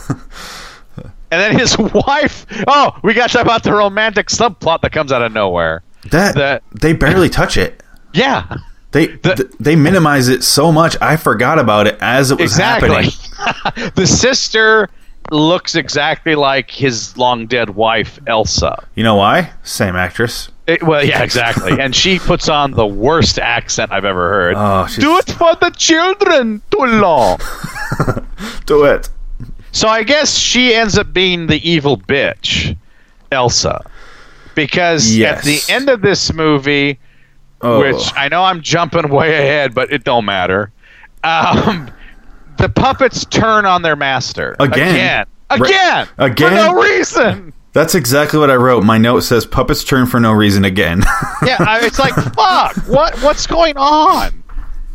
[SPEAKER 2] and then his wife. Oh, we got to talk about the romantic subplot that comes out of nowhere.
[SPEAKER 1] That,
[SPEAKER 2] That-
[SPEAKER 1] they barely touch it.
[SPEAKER 2] Yeah,
[SPEAKER 1] They th- they minimize it so much. I forgot about it as it was
[SPEAKER 2] exactly.
[SPEAKER 1] happening.
[SPEAKER 2] the sister looks exactly like his long dead wife, Elsa.
[SPEAKER 1] You know why? Same actress.
[SPEAKER 2] It- well, yeah, exactly. and she puts on the worst accent I've ever heard.
[SPEAKER 1] Oh, she's-
[SPEAKER 2] Do it for the children, Toulon.
[SPEAKER 1] Do it.
[SPEAKER 2] So I guess she ends up being the evil bitch, Elsa. Because at the
[SPEAKER 1] Yes.
[SPEAKER 2] end of this movie,
[SPEAKER 1] Oh.
[SPEAKER 2] which I know I'm jumping way ahead, but it don't matter. Um, the puppets turn on their master
[SPEAKER 1] Again.
[SPEAKER 2] again, again,
[SPEAKER 1] again?
[SPEAKER 2] for no reason.
[SPEAKER 1] That's exactly what I wrote. My note says puppets turn for no reason again.
[SPEAKER 2] Yeah, I, it's like fuck. What what's going on?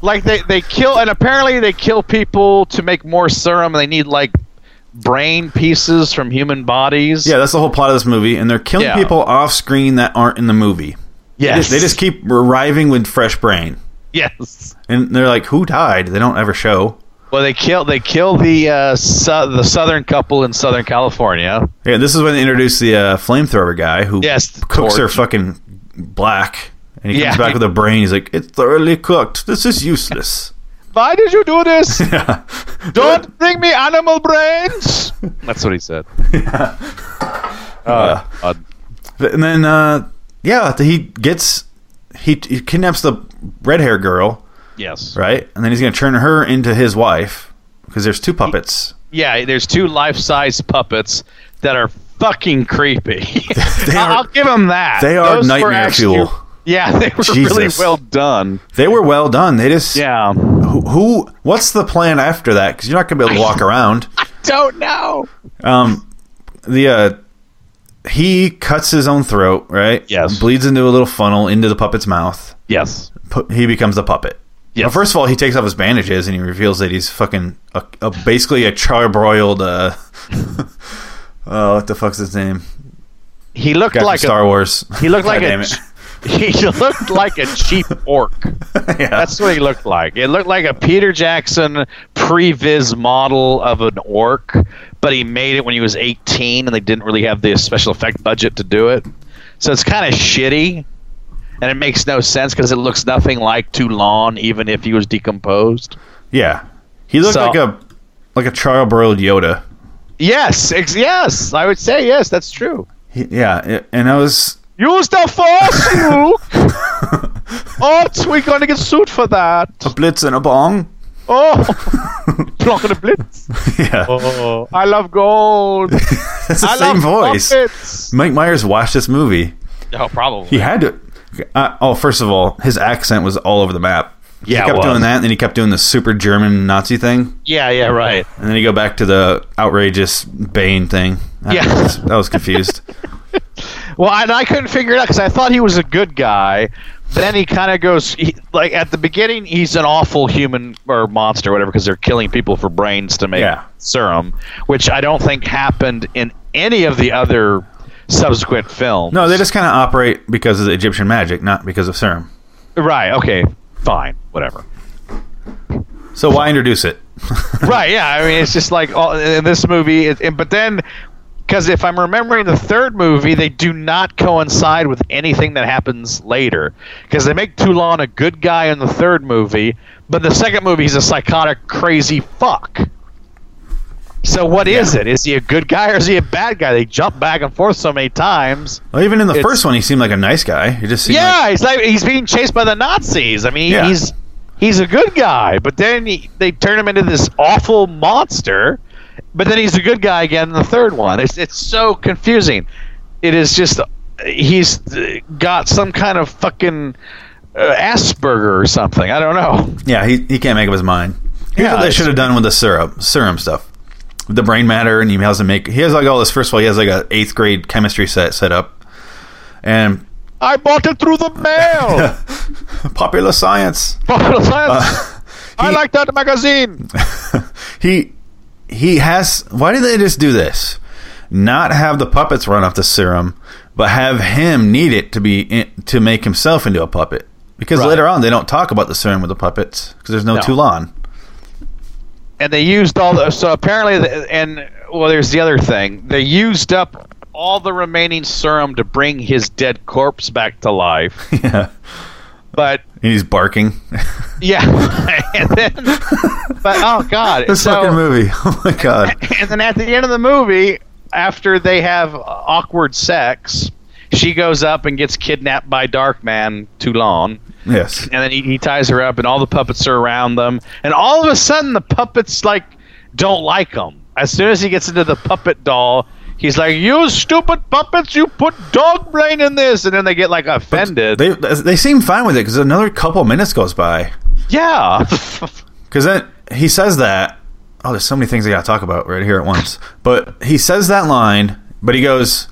[SPEAKER 2] Like they they kill and apparently they kill people to make more serum. and They need like brain pieces from human bodies.
[SPEAKER 1] yeah, that's the whole plot of this movie, and they're killing
[SPEAKER 2] Yeah.
[SPEAKER 1] people off screen that aren't in the movie. They
[SPEAKER 2] yes,
[SPEAKER 1] just- They just keep arriving with fresh brain,
[SPEAKER 2] yes.
[SPEAKER 1] and they're like, "Who died?" They don't ever show.
[SPEAKER 2] Well, they kill they kill the uh, su- the southern couple in Southern California.
[SPEAKER 1] Yeah, this is when they introduce the uh, flamethrower guy who
[SPEAKER 2] Yes, the
[SPEAKER 1] cooks her
[SPEAKER 2] torch.
[SPEAKER 1] fucking black, and he
[SPEAKER 2] Yeah.
[SPEAKER 1] comes back with a brain. He's like, "It's thoroughly cooked. This is useless."
[SPEAKER 2] Why did you do this?
[SPEAKER 1] Yeah.
[SPEAKER 2] Don't bring me animal brains. That's what he said. Uh, uh,
[SPEAKER 1] and then uh, yeah, he gets he, he kidnaps the red hair girl,
[SPEAKER 2] yes.
[SPEAKER 1] right? And then he's gonna turn her into his wife. because there's two puppets.
[SPEAKER 2] Yeah, there's two life-size puppets that are fucking creepy.
[SPEAKER 1] They
[SPEAKER 2] I'll-
[SPEAKER 1] are-
[SPEAKER 2] I'll give them that.
[SPEAKER 1] they are
[SPEAKER 2] were
[SPEAKER 1] nightmare fuel.
[SPEAKER 2] Yeah, they were really
[SPEAKER 1] Jesus. Oh.
[SPEAKER 2] well done.
[SPEAKER 1] They were well done. They just
[SPEAKER 2] Yeah.
[SPEAKER 1] who, who what's the plan after that? Because you're not gonna be able to walk around.
[SPEAKER 2] Don't know.
[SPEAKER 1] Um, the uh, he cuts his own throat, right?
[SPEAKER 2] Yes.
[SPEAKER 1] Bleeds into a little funnel into the puppet's mouth.
[SPEAKER 2] Yes.
[SPEAKER 1] Pu- he becomes the puppet.
[SPEAKER 2] Yes.
[SPEAKER 1] Now, first of all, he takes off his bandages and he reveals that he's fucking a, a, basically a charbroiled. Uh, oh, what the fuck's his name?
[SPEAKER 2] He looked
[SPEAKER 1] Guy from
[SPEAKER 2] like
[SPEAKER 1] Star
[SPEAKER 2] a
[SPEAKER 1] Wars.
[SPEAKER 2] he looked like
[SPEAKER 1] God damn
[SPEAKER 2] a
[SPEAKER 1] it.
[SPEAKER 2] he looked like a cheap orc.
[SPEAKER 1] yeah.
[SPEAKER 2] That's what he looked like. It looked like a Peter Jackson pre-viz model of an orc, but he made it when he was 18, and they didn't really have the special effect budget to do it. So it's kind of shitty, and it makes no sense because it looks nothing like Toulon, even if he was decomposed.
[SPEAKER 1] yeah. He looked
[SPEAKER 2] So-
[SPEAKER 1] like a like a charbroiled Yoda.
[SPEAKER 2] Yes, ex- yes, I would say yes. That's true.
[SPEAKER 1] He, yeah, it- and I was
[SPEAKER 2] Use the force, Luke. oh, we're gonna get sued for that.
[SPEAKER 1] a blitz and a bong.
[SPEAKER 2] Oh, block the blitz.
[SPEAKER 1] yeah,
[SPEAKER 2] Oh, I love gold.
[SPEAKER 1] that's the
[SPEAKER 2] I
[SPEAKER 1] same
[SPEAKER 2] love
[SPEAKER 1] voice.
[SPEAKER 2] Muppets.
[SPEAKER 1] Mike Myers watched this movie.
[SPEAKER 2] Oh, probably.
[SPEAKER 1] He had to. Uh, oh, first of all, his accent was all over the map.
[SPEAKER 2] Yeah,
[SPEAKER 1] he
[SPEAKER 2] it
[SPEAKER 1] kept
[SPEAKER 2] was.
[SPEAKER 1] doing that, and then he kept doing the super German Nazi thing,
[SPEAKER 2] Yeah, yeah, right.
[SPEAKER 1] and then he go back to the outrageous Bane thing. I
[SPEAKER 2] Yeah.
[SPEAKER 1] was, I was confused.
[SPEAKER 2] Well, and I couldn't figure it out because I thought he was a good guy. Then he kind of goes he, like at the beginning, he's an awful human or monster, whatever, because they're killing people for brains to make
[SPEAKER 1] Yeah.
[SPEAKER 2] serum, which I don't think happened in any of the other subsequent films.
[SPEAKER 1] no, they just kind of operate because of the Egyptian magic, not because of serum.
[SPEAKER 2] right. Okay, fine, whatever.
[SPEAKER 1] So why introduce it?
[SPEAKER 2] right yeah i mean it's just like all, in this movie it, and, but then because if i'm remembering the third movie they do not coincide with anything that happens later because they make toulon a good guy in the third movie but the second movie he's a psychotic crazy fuck so what is it is he a good guy or is he a bad guy they jump back and forth so many times
[SPEAKER 1] Well, even in the
[SPEAKER 2] It's-
[SPEAKER 1] first one, he seemed like a nice guy. He just seemed
[SPEAKER 2] yeah, he's like he's being chased by the Nazis. I mean,
[SPEAKER 1] Yeah.
[SPEAKER 2] he's he's a good guy, but then he, they turn him into this awful monster. But then he's a good guy again in the third one. It's it's so confusing. It is just he's got some kind of fucking uh, Asperger or something. I don't know.
[SPEAKER 1] like yeah. He, he can't make up his mind. Here's
[SPEAKER 2] Yeah,
[SPEAKER 1] what they
[SPEAKER 2] it's-
[SPEAKER 1] should have done with the serum serum stuff, the brain matter, and he has to make. He has like all this. First of all, he has like a eighth grade chemistry set set up, and
[SPEAKER 2] I bought it through the mail. Uh,
[SPEAKER 1] popular science.
[SPEAKER 2] Popular Science. I
[SPEAKER 1] he-
[SPEAKER 2] like that magazine.
[SPEAKER 1] He he has. Why did they just do this? Not have the puppets run off the serum, but have him need it to be in, to make himself into a puppet. Because
[SPEAKER 2] Right.
[SPEAKER 1] later on, they don't talk about the serum with the puppets because there's no,
[SPEAKER 2] No.
[SPEAKER 1] Toulon.
[SPEAKER 2] and they used all the so apparently the, and well there's the other thing they used up all the remaining serum to bring his dead corpse back to life
[SPEAKER 1] yeah,
[SPEAKER 2] but
[SPEAKER 1] and he's barking.
[SPEAKER 2] yeah and then but oh god
[SPEAKER 1] this
[SPEAKER 2] so,
[SPEAKER 1] fucking movie. Oh my god.
[SPEAKER 2] and then at the end of the movie after they have awkward sex she goes up and gets kidnapped by Darkman Toulon
[SPEAKER 1] Yes.
[SPEAKER 2] and then he, he ties her up and all the puppets are around them and all of a sudden the puppets like don't like him as soon as he gets into the puppet doll he's like you stupid puppets you put dog brain in this and then they get like offended
[SPEAKER 1] They they seem fine with it because another couple minutes goes by.
[SPEAKER 2] yeah
[SPEAKER 1] Because then he says that. Oh, there's so many things I got to talk about right here at once. But he says that line, but he goes,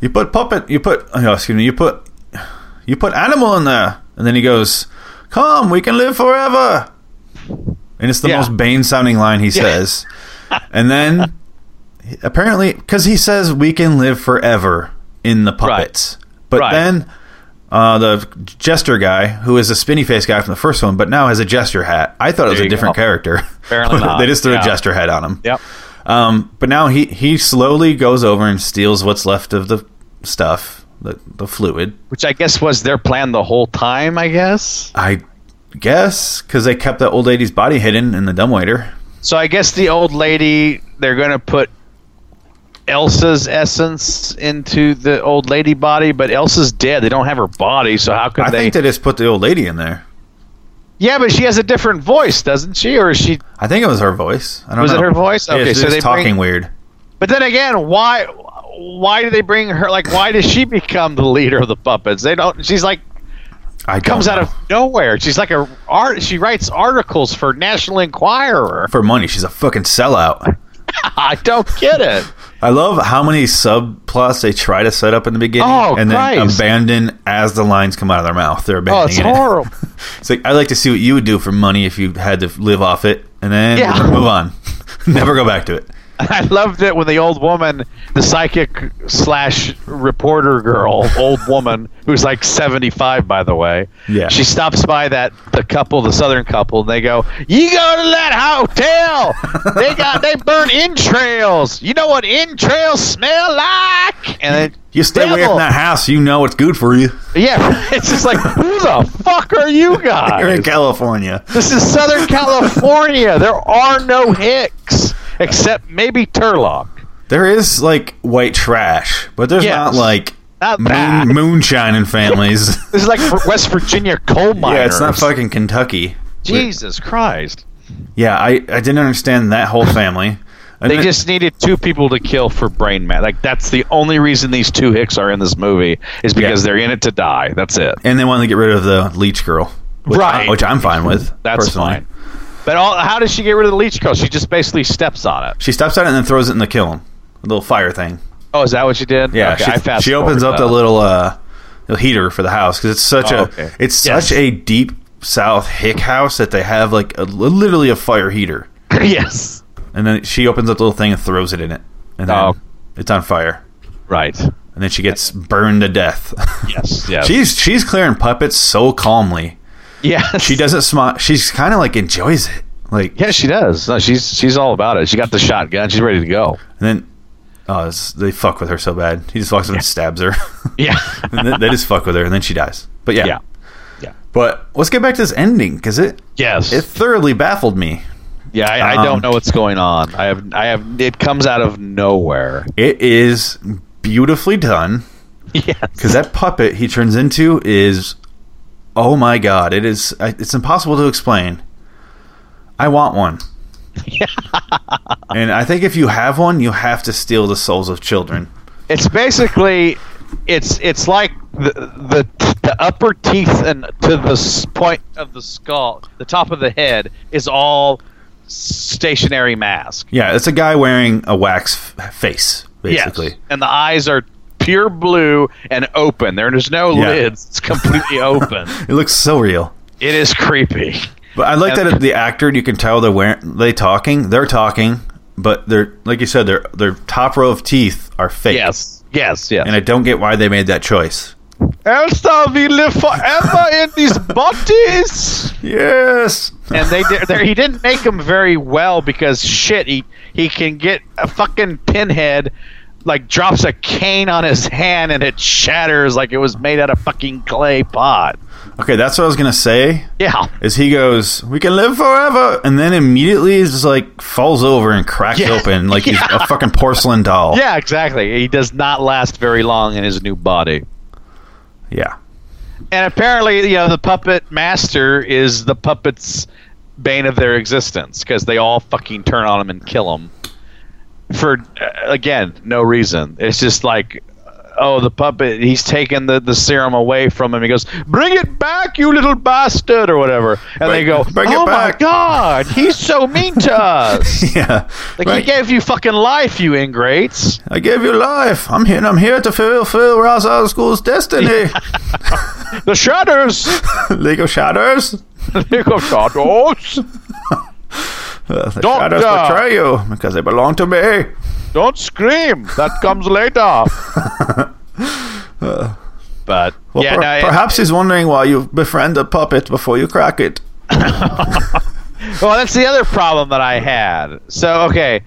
[SPEAKER 1] "You put puppet, you put, oh, excuse me, you put, you put animal in there," and then he goes, "Come, we can live forever." And it's the
[SPEAKER 2] Yeah.
[SPEAKER 1] most Bane sounding line he says. and then apparently, because he says we can live forever in the puppets, but
[SPEAKER 2] Right.
[SPEAKER 1] then. Uh, the jester guy, who is a spinny face guy from the first one, but now has a jester hat. I thought it was
[SPEAKER 2] There
[SPEAKER 1] a
[SPEAKER 2] you
[SPEAKER 1] different
[SPEAKER 2] go.
[SPEAKER 1] character.
[SPEAKER 2] Apparently not.
[SPEAKER 1] they just threw
[SPEAKER 2] Yeah.
[SPEAKER 1] a jester hat on him.
[SPEAKER 2] yep
[SPEAKER 1] Um, but now he he slowly goes over and steals what's left of the stuff, the the fluid.
[SPEAKER 2] which i guess was their plan the whole time i guess
[SPEAKER 1] I guess because they kept that old lady's body hidden in the dumbwaiter.
[SPEAKER 2] so i guess the old lady they're going to put Elsa's essence into the old lady body, but Elsa's dead. They don't have her body, so how could
[SPEAKER 1] I
[SPEAKER 2] they?
[SPEAKER 1] think they just put the old lady in there.
[SPEAKER 2] Yeah, but she has a different voice, doesn't she? Or is she?
[SPEAKER 1] I think it was her voice. I don't
[SPEAKER 2] Was it
[SPEAKER 1] know.
[SPEAKER 2] her voice?
[SPEAKER 1] Yeah, she
[SPEAKER 2] Okay, so
[SPEAKER 1] was
[SPEAKER 2] they
[SPEAKER 1] talking
[SPEAKER 2] bring-
[SPEAKER 1] weird.
[SPEAKER 2] But then again, why? Why do they bring her? Like, why does she become the leader of the puppets? They don't. She's like
[SPEAKER 1] I
[SPEAKER 2] comes
[SPEAKER 1] don't
[SPEAKER 2] out
[SPEAKER 1] know.
[SPEAKER 2] of nowhere. She's like a art. She writes articles for National Enquirer.
[SPEAKER 1] for money. She's a fucking sellout.
[SPEAKER 2] I don't get it.
[SPEAKER 1] I love how many subplots they try to set up in the beginning
[SPEAKER 2] Oh,
[SPEAKER 1] and then
[SPEAKER 2] Christ.
[SPEAKER 1] abandon as the lines come out of their mouth. They're
[SPEAKER 2] Oh,
[SPEAKER 1] abandoning
[SPEAKER 2] it's
[SPEAKER 1] it.
[SPEAKER 2] horrible.
[SPEAKER 1] It's like I'd like to see what you would do for money if you had to live off it, and then
[SPEAKER 2] Yeah.
[SPEAKER 1] move on, never go back to it.
[SPEAKER 2] I loved it when the old woman, the psychic slash reporter girl, old woman who's like seventy five, by the way.
[SPEAKER 1] Yeah.
[SPEAKER 2] She stops by that the couple, the southern couple, and they go, "You go to that hotel. they got they burn entrails. You know what entrails smell like?" And then
[SPEAKER 1] You stay away
[SPEAKER 2] Devil.
[SPEAKER 1] from that house. You know what's good for you.
[SPEAKER 2] yeah, it's just like, who the fuck are you
[SPEAKER 1] You're in
[SPEAKER 2] guys?
[SPEAKER 1] California.
[SPEAKER 2] This is Southern California. There are no Hicks except maybe Turlock.
[SPEAKER 1] There is like white trash, but there's
[SPEAKER 2] Yes.
[SPEAKER 1] not like
[SPEAKER 2] Not that.
[SPEAKER 1] moon, moonshining families.
[SPEAKER 2] This is like for West Virginia coal miners.
[SPEAKER 1] yeah, it's not fucking Kentucky.
[SPEAKER 2] Jesus Christ.
[SPEAKER 1] Yeah, I, I didn't understand that whole family. And
[SPEAKER 2] They
[SPEAKER 1] then-
[SPEAKER 2] just needed two people to kill for brain mat. Like that's the only reason these two hicks are in this movie is because
[SPEAKER 1] Yeah.
[SPEAKER 2] they're in it to die. That's it.
[SPEAKER 1] and they wanted to get rid of the leech girl, which
[SPEAKER 2] Right.
[SPEAKER 1] I, which I'm fine with.
[SPEAKER 2] That's
[SPEAKER 1] personally.
[SPEAKER 2] fine. But all, how does she get rid of the leech girl? She just basically steps on it.
[SPEAKER 1] She stops at it and then throws it in the kiln, a little fire thing.
[SPEAKER 2] Oh, is that what she did?
[SPEAKER 1] Yeah,
[SPEAKER 2] Okay,
[SPEAKER 1] she,
[SPEAKER 2] I fast
[SPEAKER 1] she opens up
[SPEAKER 2] forward
[SPEAKER 1] the
[SPEAKER 2] that.
[SPEAKER 1] little uh, the heater for the house because it's such
[SPEAKER 2] Oh,
[SPEAKER 1] a
[SPEAKER 2] okay.
[SPEAKER 1] it's
[SPEAKER 2] Yes.
[SPEAKER 1] such a deep South hick house that they have like a, literally a fire heater,
[SPEAKER 2] yes.
[SPEAKER 1] and then she opens up the little thing and throws it in it, and then
[SPEAKER 2] Oh.
[SPEAKER 1] it's on fire,
[SPEAKER 2] Right.
[SPEAKER 1] and then she gets burned to death.
[SPEAKER 2] Yes. Yes.
[SPEAKER 1] she's she's clearing puppets so calmly.
[SPEAKER 2] yes.
[SPEAKER 1] She doesn't smile. She's kind of like enjoys it, like
[SPEAKER 2] Yeah, she does. No, she's she's all about it. She got the shotgun. She's ready to go.
[SPEAKER 1] and then. Oh, it's- they fuck with her so bad. He just walks up and stabs her.
[SPEAKER 2] Yeah.
[SPEAKER 1] And then they just fuck with her, and then she dies. But yeah,
[SPEAKER 2] yeah.
[SPEAKER 1] But let's get back to this ending because it
[SPEAKER 2] Yes.
[SPEAKER 1] it thoroughly baffled me.
[SPEAKER 2] Yeah, I, I
[SPEAKER 1] Um,
[SPEAKER 2] don't know what's going on. I have, I have. It comes out of nowhere.
[SPEAKER 1] It is beautifully done
[SPEAKER 2] Yes.
[SPEAKER 1] because that puppet he turns into is, oh my god! It is I- it's impossible to explain. I want one. and I think if you have one, you have to steal the souls of children.
[SPEAKER 2] It's basically, it's it's like the the, the upper teeth and to the s- point of the skull, the top of the head is all stationary mask.
[SPEAKER 1] Yeah, it's a guy wearing a wax f- face, basically.
[SPEAKER 2] Yes. And the eyes are pure blue and open. There- There's no
[SPEAKER 1] Yeah.
[SPEAKER 2] lids. It's completely open.
[SPEAKER 1] It looks so real.
[SPEAKER 2] It is creepy.
[SPEAKER 1] But I like
[SPEAKER 2] And-
[SPEAKER 1] that the actor you can tell they're wearing, they talking, they're talking, but they're like you said, their their top row of teeth are fake.
[SPEAKER 2] Yes. Yes. Yes.
[SPEAKER 1] And I don't get why they made that choice.
[SPEAKER 2] Else shall we live forever in these bodies.
[SPEAKER 1] Yes.
[SPEAKER 2] and they did, there he didn't make him very well because shit he he can get a fucking pinhead like drops a cane on his hand and it shatters like it was made out of fucking clay pot
[SPEAKER 1] Okay, that's what I was gonna say.
[SPEAKER 2] yeah
[SPEAKER 1] Is he goes, we can live forever, and then immediately is just like falls over and cracks
[SPEAKER 2] Yeah.
[SPEAKER 1] open like he's a fucking porcelain doll.
[SPEAKER 2] yeah exactly he does not last very long in his new body
[SPEAKER 1] Yeah.
[SPEAKER 2] and apparently you know the puppet master is the puppets bane of their existence because they all fucking turn on him and kill him for uh, again no reason it's just like oh the puppet he's taken the, the serum away from him he goes bring it back you little bastard or whatever and they
[SPEAKER 1] Bring-
[SPEAKER 2] go
[SPEAKER 1] bring it
[SPEAKER 2] oh my
[SPEAKER 1] back."
[SPEAKER 2] god he's so mean to us
[SPEAKER 1] Yeah.
[SPEAKER 2] like
[SPEAKER 1] Right.
[SPEAKER 2] he gave you fucking life you ingrates
[SPEAKER 1] I gave you life. I'm here. I'm here to fulfill Ross High School's destiny.
[SPEAKER 2] the shadows
[SPEAKER 1] Lego shatters.
[SPEAKER 2] the shadows
[SPEAKER 1] Uh, the
[SPEAKER 2] Don't
[SPEAKER 1] shadows
[SPEAKER 2] die.
[SPEAKER 1] betray you because they belong to me.
[SPEAKER 2] Don't scream. That comes later. but
[SPEAKER 1] Well,
[SPEAKER 2] yeah,
[SPEAKER 1] per-
[SPEAKER 2] no, it-
[SPEAKER 1] perhaps he's wondering why you befriend a puppet before you crack it.
[SPEAKER 2] well, that's the other problem that I had. So okay,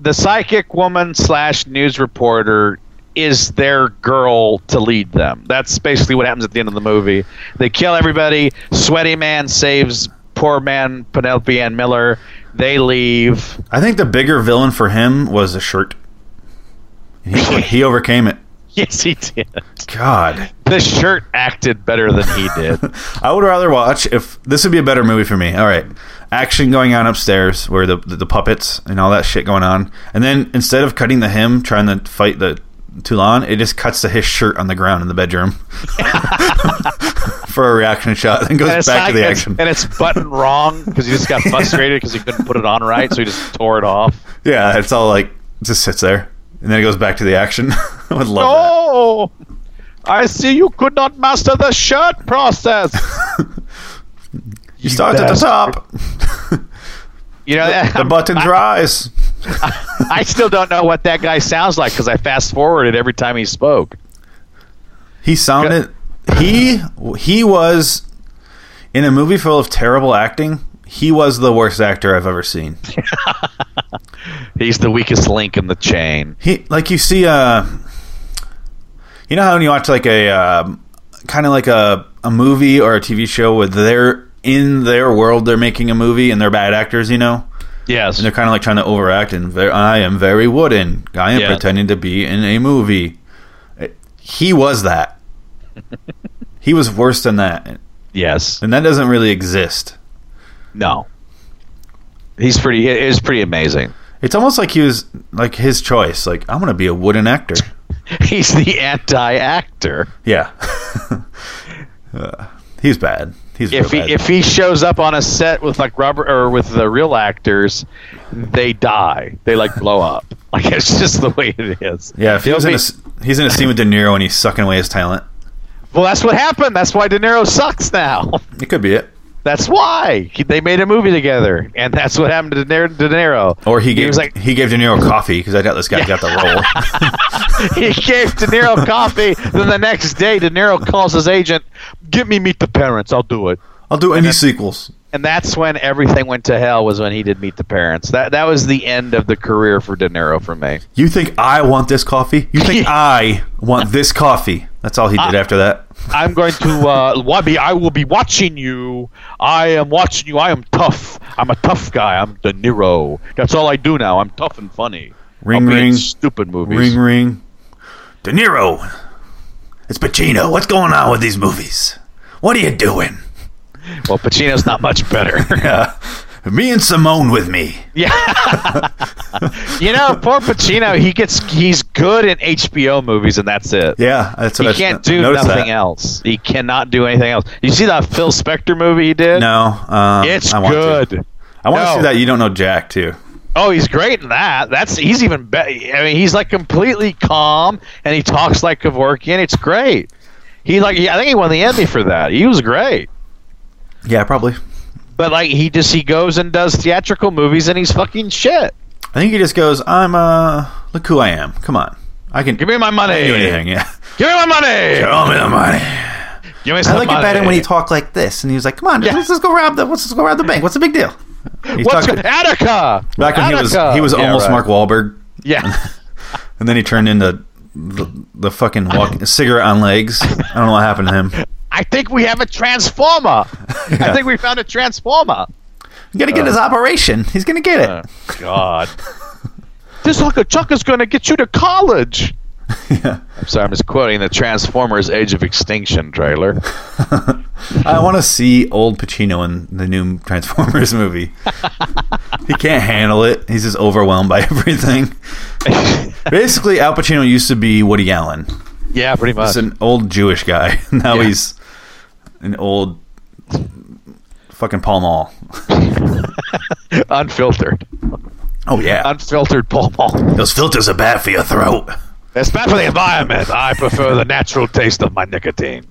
[SPEAKER 2] the psychic woman slash news reporter is their girl to lead them. That's basically what happens at the end of the movie. They kill everybody. Sweaty man saves poor man Penelope Ann Miller. They leave.
[SPEAKER 1] I think the bigger villain for him was the shirt. He, he overcame it.
[SPEAKER 2] Yes, he did.
[SPEAKER 1] God.
[SPEAKER 2] this shirt acted better than he did.
[SPEAKER 1] I would rather watch if this would be a better movie for me. All right, action going on upstairs where the the, puppets and all that shit going on, and then instead of cutting the him trying to fight the Toulon, it just cuts to his shirt on the ground in the bedroom for a reaction shot, and goes
[SPEAKER 2] and it's
[SPEAKER 1] back to
[SPEAKER 2] not-
[SPEAKER 1] the
[SPEAKER 2] it's-
[SPEAKER 1] action.
[SPEAKER 2] and it's buttoned wrong because he just got frustrated because he couldn't put it on right, so he just tore it off.
[SPEAKER 1] yeah, it's all like just sits there, and then it goes back to the action. I would love that.
[SPEAKER 2] Oh, I see you could not master the shirt process.
[SPEAKER 1] You start at the top.
[SPEAKER 2] You know,
[SPEAKER 1] The buttons rise.
[SPEAKER 2] I still don't know what that guy sounds like because I fast forwarded every time he spoke.
[SPEAKER 1] He sounded he he was in a movie full of terrible acting. He was the worst actor I've ever seen.
[SPEAKER 2] He's the weakest link in the chain.
[SPEAKER 1] He like you see uh you know how when you watch like a um, kind of like a a movie or a TV show where they're in their world they're making a movie and they're bad actors, you know?
[SPEAKER 2] Yes.
[SPEAKER 1] And they're kind of like trying to overact and ver- I am very wooden. I am
[SPEAKER 2] Yeah.
[SPEAKER 1] pretending to be in a movie. It- He was that. he was worse than that.
[SPEAKER 2] Yes.
[SPEAKER 1] and that doesn't really exist.
[SPEAKER 2] No. He's pretty. It is pretty amazing.
[SPEAKER 1] It's almost like he was like his choice. Like I'm gonna be a wooden actor.
[SPEAKER 2] He's the anti-actor.
[SPEAKER 1] Yeah, Uh, he's bad. He's
[SPEAKER 2] If he
[SPEAKER 1] real bad.
[SPEAKER 2] if he shows up on a set with like rubber or with the real actors, they die. They like blow up. Like it's just the way it is.
[SPEAKER 1] yeah, if he
[SPEAKER 2] He'll
[SPEAKER 1] was in a,
[SPEAKER 2] be-
[SPEAKER 1] s- he's in a scene with De Niro and he's sucking away his talent.
[SPEAKER 2] Well, that's what happened. That's why De Niro sucks now.
[SPEAKER 1] It could be it.
[SPEAKER 2] That's why He- they made a movie together, and that's what happened to De Niro. De Niro.
[SPEAKER 1] Or he
[SPEAKER 2] he
[SPEAKER 1] gave
[SPEAKER 2] was like
[SPEAKER 1] he gave De Niro coffee because I doubt this guy got the role.
[SPEAKER 2] he gave De Niro coffee. Then the next day, De Niro calls his agent, "Get me meet the parents. I'll do it."
[SPEAKER 1] I'll do any sequels.
[SPEAKER 2] And that's when everything went to hell. Was when he did meet the parents. That that was the end of the career for De Niro for me.
[SPEAKER 1] You think I want this coffee? You think I want this coffee? That's all he
[SPEAKER 2] Ah.
[SPEAKER 1] did after that.
[SPEAKER 2] I'm going to uh, Wabi. I will be watching you. I am watching you. I am tough. I'm a tough guy. I'm De Niro. That's all I do now. I'm tough and funny.
[SPEAKER 1] Ring,
[SPEAKER 2] I'll be in
[SPEAKER 1] ring.
[SPEAKER 2] stupid movies.
[SPEAKER 1] Ring ring. De Niro. It's Pacino. What's going on with these movies? What are you doing?
[SPEAKER 2] Well, Pacino's not much better.
[SPEAKER 1] Uh, me and Simone with me.
[SPEAKER 2] you know, poor Pacino. He gets he's good in HBO movies, and that's it.
[SPEAKER 1] Yeah, that's what
[SPEAKER 2] He
[SPEAKER 1] I
[SPEAKER 2] can't
[SPEAKER 1] I
[SPEAKER 2] do
[SPEAKER 1] noticed
[SPEAKER 2] nothing
[SPEAKER 1] that.
[SPEAKER 2] else. He cannot do anything else. You see that Phil Spector movie he did?
[SPEAKER 1] No, um,
[SPEAKER 2] it's
[SPEAKER 1] I want
[SPEAKER 2] good.
[SPEAKER 1] To. I want to
[SPEAKER 2] No.
[SPEAKER 1] see that. You don't know Jack too.
[SPEAKER 2] Oh, he's great in that. That's he's even better. I mean, he's like completely calm and he talks like Kevorkian. It's great. He like he, I think he won the Emmy for that. He was great.
[SPEAKER 1] Yeah, probably.
[SPEAKER 2] But like he just he goes and does theatrical movies and he's fucking shit.
[SPEAKER 1] I think he just goes. I'm uh, look who I am. Come on, I can
[SPEAKER 2] Give me my money.
[SPEAKER 1] do anything. Yeah,
[SPEAKER 2] Give me my money.
[SPEAKER 1] throw me the money.
[SPEAKER 2] Give me
[SPEAKER 1] I
[SPEAKER 2] some
[SPEAKER 1] like it
[SPEAKER 2] money.
[SPEAKER 1] better when he talked like this, and he was like, "Come on,
[SPEAKER 2] Yeah.
[SPEAKER 1] let's just go rob the let's just go rob the bank. What's the big deal?" He
[SPEAKER 2] What's
[SPEAKER 1] talked-
[SPEAKER 2] go- Attica?
[SPEAKER 1] back when he was
[SPEAKER 2] Attica!
[SPEAKER 1] he was
[SPEAKER 2] Yeah,
[SPEAKER 1] almost
[SPEAKER 2] right.
[SPEAKER 1] Mark Wahlberg,
[SPEAKER 2] Yeah.
[SPEAKER 1] and then he turned into the, the fucking walk, cigarette on legs. I don't know what happened to him.
[SPEAKER 2] I think we have a transformer. I think we found a transformer.
[SPEAKER 1] He's gonna
[SPEAKER 2] Uh.
[SPEAKER 1] get his operation. He's gonna get it.
[SPEAKER 2] Oh, God. this Uncle Chuck is going to get you to college. I'm sorry, I'm just quoting the Transformers Age of Extinction trailer.
[SPEAKER 1] I want to see old Pacino in the new Transformers movie. he can't handle it. He's just overwhelmed by everything. Basically, Al Pacino used to be Woody Allen.
[SPEAKER 2] yeah, pretty much.
[SPEAKER 1] He's an old Jewish guy. Now
[SPEAKER 2] Yeah.
[SPEAKER 1] he's an old fucking Paul Mall.
[SPEAKER 2] Unfiltered.
[SPEAKER 1] Oh yeah,
[SPEAKER 2] Unfiltered Paul Mall.
[SPEAKER 1] those filters are bad for your throat.
[SPEAKER 2] It's bad for the environment. I prefer the natural taste of my nicotine.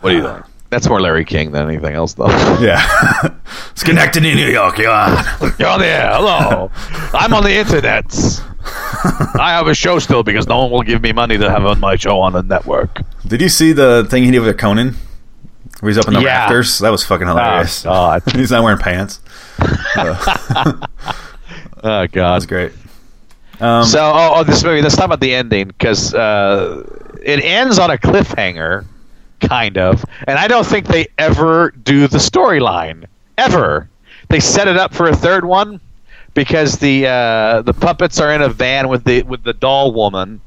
[SPEAKER 2] What do you think? That's more Larry King than anything else, though.
[SPEAKER 1] Yeah, Schenectady, New York. You're on.
[SPEAKER 2] You're on the air. Hello. I'm on the internet. I have a show still because no one will give me money to have on my show on the network.
[SPEAKER 1] Did you see the thing he did with Conan? Where he's up in the
[SPEAKER 2] Yeah. Ah,
[SPEAKER 1] rafters? That was fucking hilarious.
[SPEAKER 2] God.
[SPEAKER 1] he's not wearing pants.
[SPEAKER 2] Oh God.
[SPEAKER 1] That's great. Um,
[SPEAKER 2] So, oh, oh, this movie. Let's talk about the ending because uh, it ends on a cliffhanger, kind of. And I don't think they ever do the storyline ever. They set it up for a third one because the uh, the puppets are in a van with the with the doll woman,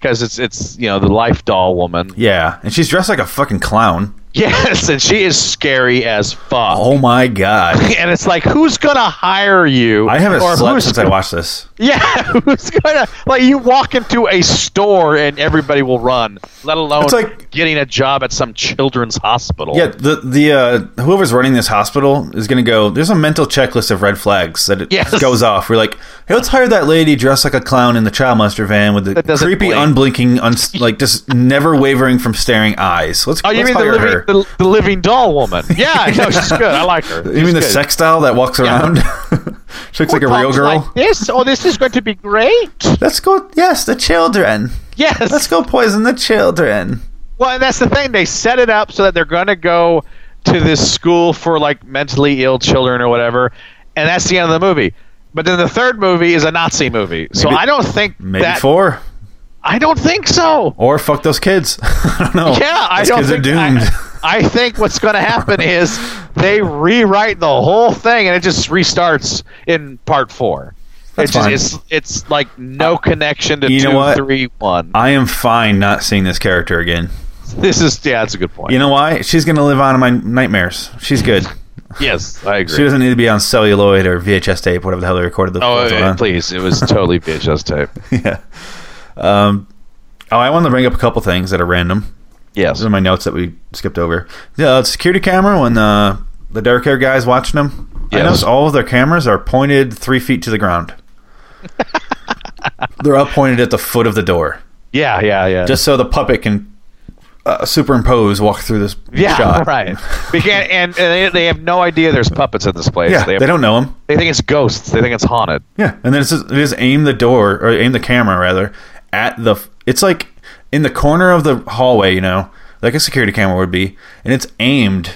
[SPEAKER 2] because it's it's you know the life doll woman.
[SPEAKER 1] Yeah, and she's dressed like a fucking clown.
[SPEAKER 2] Yes, and she is scary as fuck.
[SPEAKER 1] Oh my god.
[SPEAKER 2] And it's like, who's gonna hire you?
[SPEAKER 1] I haven't
[SPEAKER 2] Or
[SPEAKER 1] slept
[SPEAKER 2] who's
[SPEAKER 1] since I watched this.
[SPEAKER 2] Yeah, who's gonna like you walk into a store and everybody will run, let alone
[SPEAKER 1] It's like-
[SPEAKER 2] getting a job at some children's hospital.
[SPEAKER 1] Yeah, the the uh, whoever's running this hospital is going to go. There's a mental checklist of red flags that it
[SPEAKER 2] Yes.
[SPEAKER 1] goes off. We're like, hey, let's hire that lady dressed like a clown in the child molester van with the
[SPEAKER 2] That doesn't
[SPEAKER 1] creepy,
[SPEAKER 2] blink.
[SPEAKER 1] unblinking, uns like just never wavering from staring eyes. Let's.
[SPEAKER 2] Oh, you
[SPEAKER 1] let's
[SPEAKER 2] mean
[SPEAKER 1] hire
[SPEAKER 2] the living,
[SPEAKER 1] her.
[SPEAKER 2] the, the living doll woman? Yeah, no, she's good. I like her.
[SPEAKER 1] you
[SPEAKER 2] She's
[SPEAKER 1] mean the
[SPEAKER 2] good.
[SPEAKER 1] sex doll that walks around? she looks like a real
[SPEAKER 2] Talks
[SPEAKER 1] girl.
[SPEAKER 2] Like this? Oh, this is going to be great.
[SPEAKER 1] let's go. Yes, the children.
[SPEAKER 2] Yes.
[SPEAKER 1] Let's go poison the children.
[SPEAKER 2] Well, and that's the thing. They set it up so that they're going to go to this school for like mentally ill children or whatever, and that's the end of the movie. But then the third movie is a Nazi movie, so
[SPEAKER 1] Maybe-
[SPEAKER 2] I don't think
[SPEAKER 1] Maybe
[SPEAKER 2] that.
[SPEAKER 1] four
[SPEAKER 2] I don't think so.
[SPEAKER 1] or fuck those kids. I don't know.
[SPEAKER 2] Yeah, I
[SPEAKER 1] Those
[SPEAKER 2] don't
[SPEAKER 1] kids
[SPEAKER 2] think.
[SPEAKER 1] are doomed.
[SPEAKER 2] I, I think what's going to happen is they rewrite the whole thing, and it just restarts in part four.
[SPEAKER 1] That's
[SPEAKER 2] it's
[SPEAKER 1] fine.
[SPEAKER 2] just it's it's like no connection to
[SPEAKER 1] You know
[SPEAKER 2] two,
[SPEAKER 1] what?
[SPEAKER 2] three, one.
[SPEAKER 1] I am fine not seeing this character again.
[SPEAKER 2] this is yeah, that's a good point.
[SPEAKER 1] You know why? She's gonna live on in my nightmares. She's good.
[SPEAKER 2] yes, I agree.
[SPEAKER 1] She doesn't need to be on celluloid or VHS tape, whatever the hell they recorded the
[SPEAKER 2] Oh,
[SPEAKER 1] fourth one
[SPEAKER 2] uh,
[SPEAKER 1] on.
[SPEAKER 2] please! It was totally VHS tape.
[SPEAKER 1] yeah. Um, oh, I wanted to bring up a couple things that are random.
[SPEAKER 2] Yes.
[SPEAKER 1] Those are my notes that we skipped over. The uh, security camera when uh, the dark hair guy's watching them. I
[SPEAKER 2] Yes.
[SPEAKER 1] noticed all of their cameras are pointed three feet to the ground. They're all pointed at the foot of the door,
[SPEAKER 2] Yeah, yeah, yeah.
[SPEAKER 1] just so the puppet can uh, superimpose walk through this
[SPEAKER 2] yeah,
[SPEAKER 1] shot.
[SPEAKER 2] right. Began, and, and they, they have no idea there's puppets in this place.
[SPEAKER 1] Yeah,
[SPEAKER 2] they, have-
[SPEAKER 1] they don't know him.
[SPEAKER 2] they think it's ghosts. They think it's haunted.
[SPEAKER 1] Yeah, and then it's just, they just aim the door or aim the camera rather at the. It's like in the corner of the hallway, you know, like a security camera would be, and it's aimed,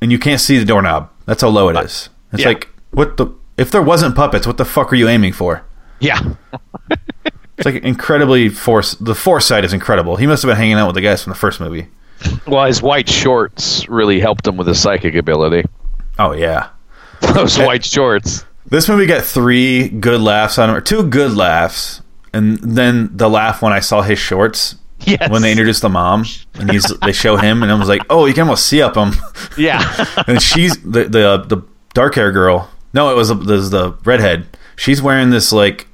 [SPEAKER 1] and you can't see the doorknob. That's how low it is. It's
[SPEAKER 2] Yeah.
[SPEAKER 1] like what the if there wasn't puppets, what the fuck are you aiming for?
[SPEAKER 2] Yeah.
[SPEAKER 1] It's like incredibly force. The foresight is incredible. He must have been hanging out with the guys from the first movie.
[SPEAKER 2] Well, his white shorts really helped him with his psychic ability.
[SPEAKER 1] Oh yeah,
[SPEAKER 2] Those white shorts.
[SPEAKER 1] This movie got three good laughs on it, or two good laughs, and then the laugh when I saw his shorts.
[SPEAKER 2] Yes.
[SPEAKER 1] When they introduced the mom, and he's they show him, and I was like, oh, you can almost see up him.
[SPEAKER 2] Yeah.
[SPEAKER 1] and she's the the the dark hair girl. No, it was the, it was the redhead. She's wearing this like,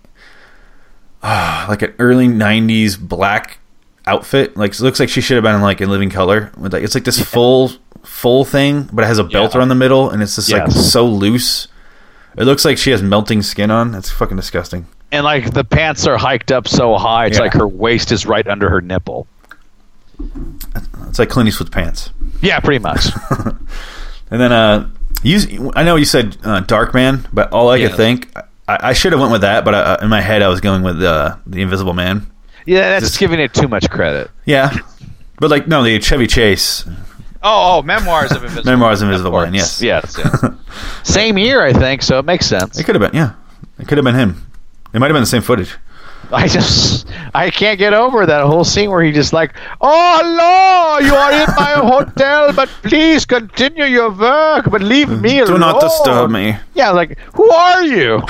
[SPEAKER 1] ah, like an early '90s black outfit. Like it looks like she should have been in like in Living Color. With like it's like this full full thing, but it has a belt
[SPEAKER 2] Yeah.
[SPEAKER 1] around the middle, and it's just like
[SPEAKER 2] Yes.
[SPEAKER 1] so loose. It looks like she has melting skin on. That's fucking disgusting.
[SPEAKER 2] and like the pants are hiked up so high, it's
[SPEAKER 1] Yeah.
[SPEAKER 2] like her waist is right under her nipple.
[SPEAKER 1] It's like Clint Eastwood's pants.
[SPEAKER 2] Yeah, pretty much.
[SPEAKER 1] And then uh, you, I know you said uh, Dark Man, but all I
[SPEAKER 2] Yeah.
[SPEAKER 1] could think, I, I should have went with that, but I, in my head I was going with uh, the Invisible Man.
[SPEAKER 2] yeah, that's giving it too much credit.
[SPEAKER 1] Yeah. But like no, the Chevy Chase
[SPEAKER 2] Oh, oh, memoirs of invisible.
[SPEAKER 1] memoirs of Invisible Man. Yes,
[SPEAKER 2] Yes. yes. Same year, I think, so it makes sense.
[SPEAKER 1] it could have been. Yeah, it could have been him. It might have been the same footage.
[SPEAKER 2] I just I can't get over that whole scene where he just like, oh hello, you are in my hotel, but please continue your work, but leave me alone.
[SPEAKER 1] Mm, Do not disturb me.
[SPEAKER 2] Yeah, like who are you?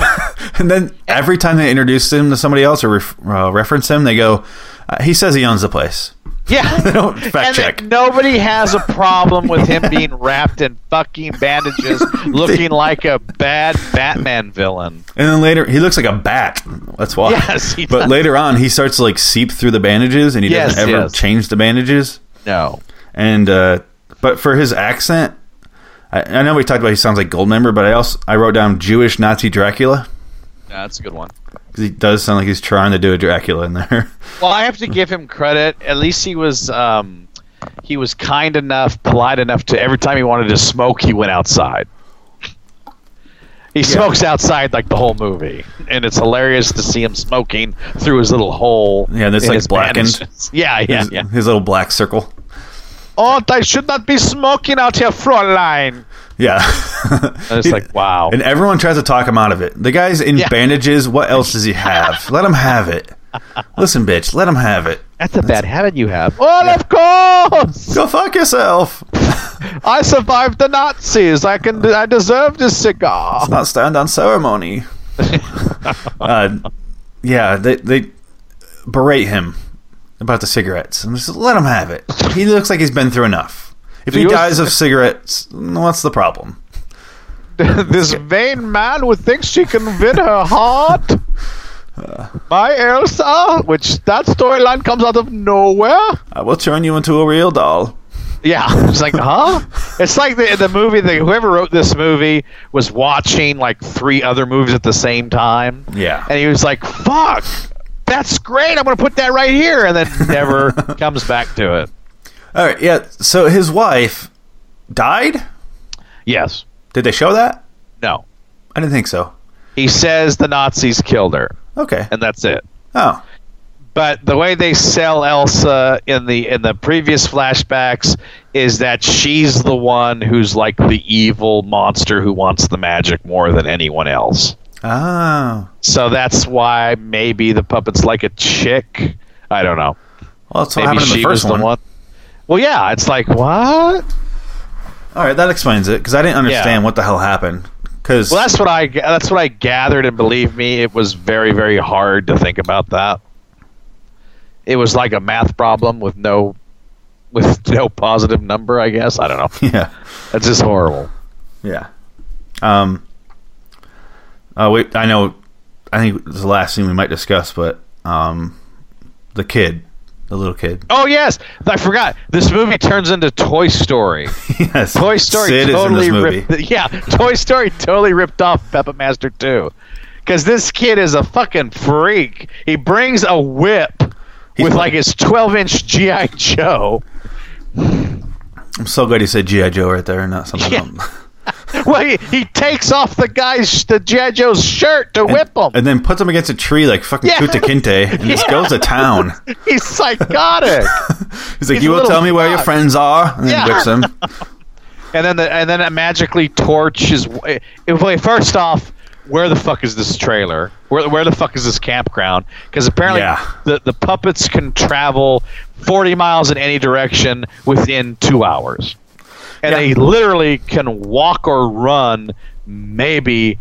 [SPEAKER 1] And then every time they introduce him to somebody else or ref- uh, reference him, they go, uh, "He says he owns the place."
[SPEAKER 2] Yeah,
[SPEAKER 1] They don't fact
[SPEAKER 2] and
[SPEAKER 1] check.
[SPEAKER 2] Then nobody has a problem with him being wrapped in fucking bandages, looking like a bad Batman villain.
[SPEAKER 1] And then later, he looks like a bat. That's why.
[SPEAKER 2] Yes, he
[SPEAKER 1] but
[SPEAKER 2] does.
[SPEAKER 1] later on, he starts to like seep through the bandages, and he
[SPEAKER 2] Yes,
[SPEAKER 1] doesn't ever
[SPEAKER 2] yes.
[SPEAKER 1] change the bandages.
[SPEAKER 2] No.
[SPEAKER 1] and uh, but for his accent, I, I know we talked about he sounds like Goldmember, but I also I wrote down Jewish Nazi Dracula
[SPEAKER 2] Yeah, that's a good one.
[SPEAKER 1] 'cause he does sound like he's trying to do a Dracula in there.
[SPEAKER 2] Well, I have to give him credit. At least he was um, he was kind enough, polite enough to every time he wanted to smoke, he went outside. He smokes outside like the whole movie, and it's hilarious to see him smoking through his little hole.
[SPEAKER 1] Yeah, that's
[SPEAKER 2] in
[SPEAKER 1] like
[SPEAKER 2] his
[SPEAKER 1] blackened.
[SPEAKER 2] bandages. Yeah, yeah,
[SPEAKER 1] his,
[SPEAKER 2] yeah.
[SPEAKER 1] his little black circle.
[SPEAKER 2] Oh, I should not be smoking out here, Fräulein.
[SPEAKER 1] Yeah,
[SPEAKER 2] And it's like, wow.
[SPEAKER 1] and everyone tries to talk him out of it. The guy's in
[SPEAKER 2] Yeah.
[SPEAKER 1] bandages. What else does he have? let him have it. Listen, bitch, let him have it.
[SPEAKER 2] That's a bad habit you have. Oh, of course.
[SPEAKER 1] Go fuck yourself.
[SPEAKER 2] I survived the Nazis. I can. I deserve this cigar.
[SPEAKER 1] not stand on ceremony. uh, yeah, they they berate him about the cigarettes. And just let him have it. He looks like he's been through enough. If
[SPEAKER 2] Do
[SPEAKER 1] he
[SPEAKER 2] you-
[SPEAKER 1] dies of cigarettes, what's the problem?
[SPEAKER 2] this vain man who thinks she can win her heart. My Elsa, which that storyline comes out of nowhere.
[SPEAKER 1] I will turn you into a real doll.
[SPEAKER 2] Yeah, it's like, huh? It's like the the movie that whoever wrote this movie was watching like three other movies at the same time.
[SPEAKER 1] Yeah.
[SPEAKER 2] and he was like, "Fuck, that's great! I'm gonna put that right here," and then never comes back to it.
[SPEAKER 1] All right, yeah. So his wife died?
[SPEAKER 2] Yes,
[SPEAKER 1] Did they show that?
[SPEAKER 2] no.
[SPEAKER 1] I didn't think so.
[SPEAKER 2] He says the Nazis killed her,
[SPEAKER 1] Okay.
[SPEAKER 2] and that's it.
[SPEAKER 1] Oh.
[SPEAKER 2] but the way they sell Elsa in the in the previous flashbacks is that she's the one who's like the evil monster who wants the magic more than anyone else.
[SPEAKER 1] Oh.
[SPEAKER 2] So that's why maybe the puppet's like a chick. I don't know.
[SPEAKER 1] Well, that's what
[SPEAKER 2] Maybe
[SPEAKER 1] happened in
[SPEAKER 2] she
[SPEAKER 1] the first
[SPEAKER 2] was
[SPEAKER 1] one.
[SPEAKER 2] the one. Well, yeah, it's like what?
[SPEAKER 1] All right, that explains it because I didn't understand what the hell happened. Because
[SPEAKER 2] Well, that's what I that's what I gathered, and believe me, it was very very hard to think about that. It was like a math problem with no with no positive number. I guess I don't know.
[SPEAKER 1] yeah,
[SPEAKER 2] That's just horrible.
[SPEAKER 1] yeah. Um. Oh wait, I know. I think it's the last thing we might discuss, but um, the kid, the little kid.
[SPEAKER 2] Oh yes, I forgot. This movie turns into Toy Story.
[SPEAKER 1] yes,
[SPEAKER 2] Toy Story
[SPEAKER 1] Sid
[SPEAKER 2] totally
[SPEAKER 1] is in this movie.
[SPEAKER 2] ripped. Yeah, Toy Story totally ripped off Peppa Master too, because this kid is a fucking freak. He brings a whip with like his 12-inch GI Joe.
[SPEAKER 1] I'm so glad you said GI Joe right there, and not something.
[SPEAKER 2] Yeah.
[SPEAKER 1] else.
[SPEAKER 2] Well, he, he takes off the guy's the GI Joe's shirt to whip him.
[SPEAKER 1] and then puts him against a tree like fucking
[SPEAKER 2] Yeah.
[SPEAKER 1] Kuta Kinte, and just
[SPEAKER 2] Yeah.
[SPEAKER 1] goes to town.
[SPEAKER 2] He's psychotic.
[SPEAKER 1] He's like,
[SPEAKER 2] He's
[SPEAKER 1] "You
[SPEAKER 2] a
[SPEAKER 1] will
[SPEAKER 2] little
[SPEAKER 1] tell me where your
[SPEAKER 2] fuck."
[SPEAKER 1] friends are," and then
[SPEAKER 2] Yeah.
[SPEAKER 1] whips him.
[SPEAKER 2] and then the, and then it magically torches. It, wait, first off, where the fuck is this trailer? Where where the fuck is this campground? Because apparently
[SPEAKER 1] Yeah.
[SPEAKER 2] the the puppets can travel forty miles in any direction within two hours, and
[SPEAKER 1] Yeah.
[SPEAKER 2] they literally can walk or run maybe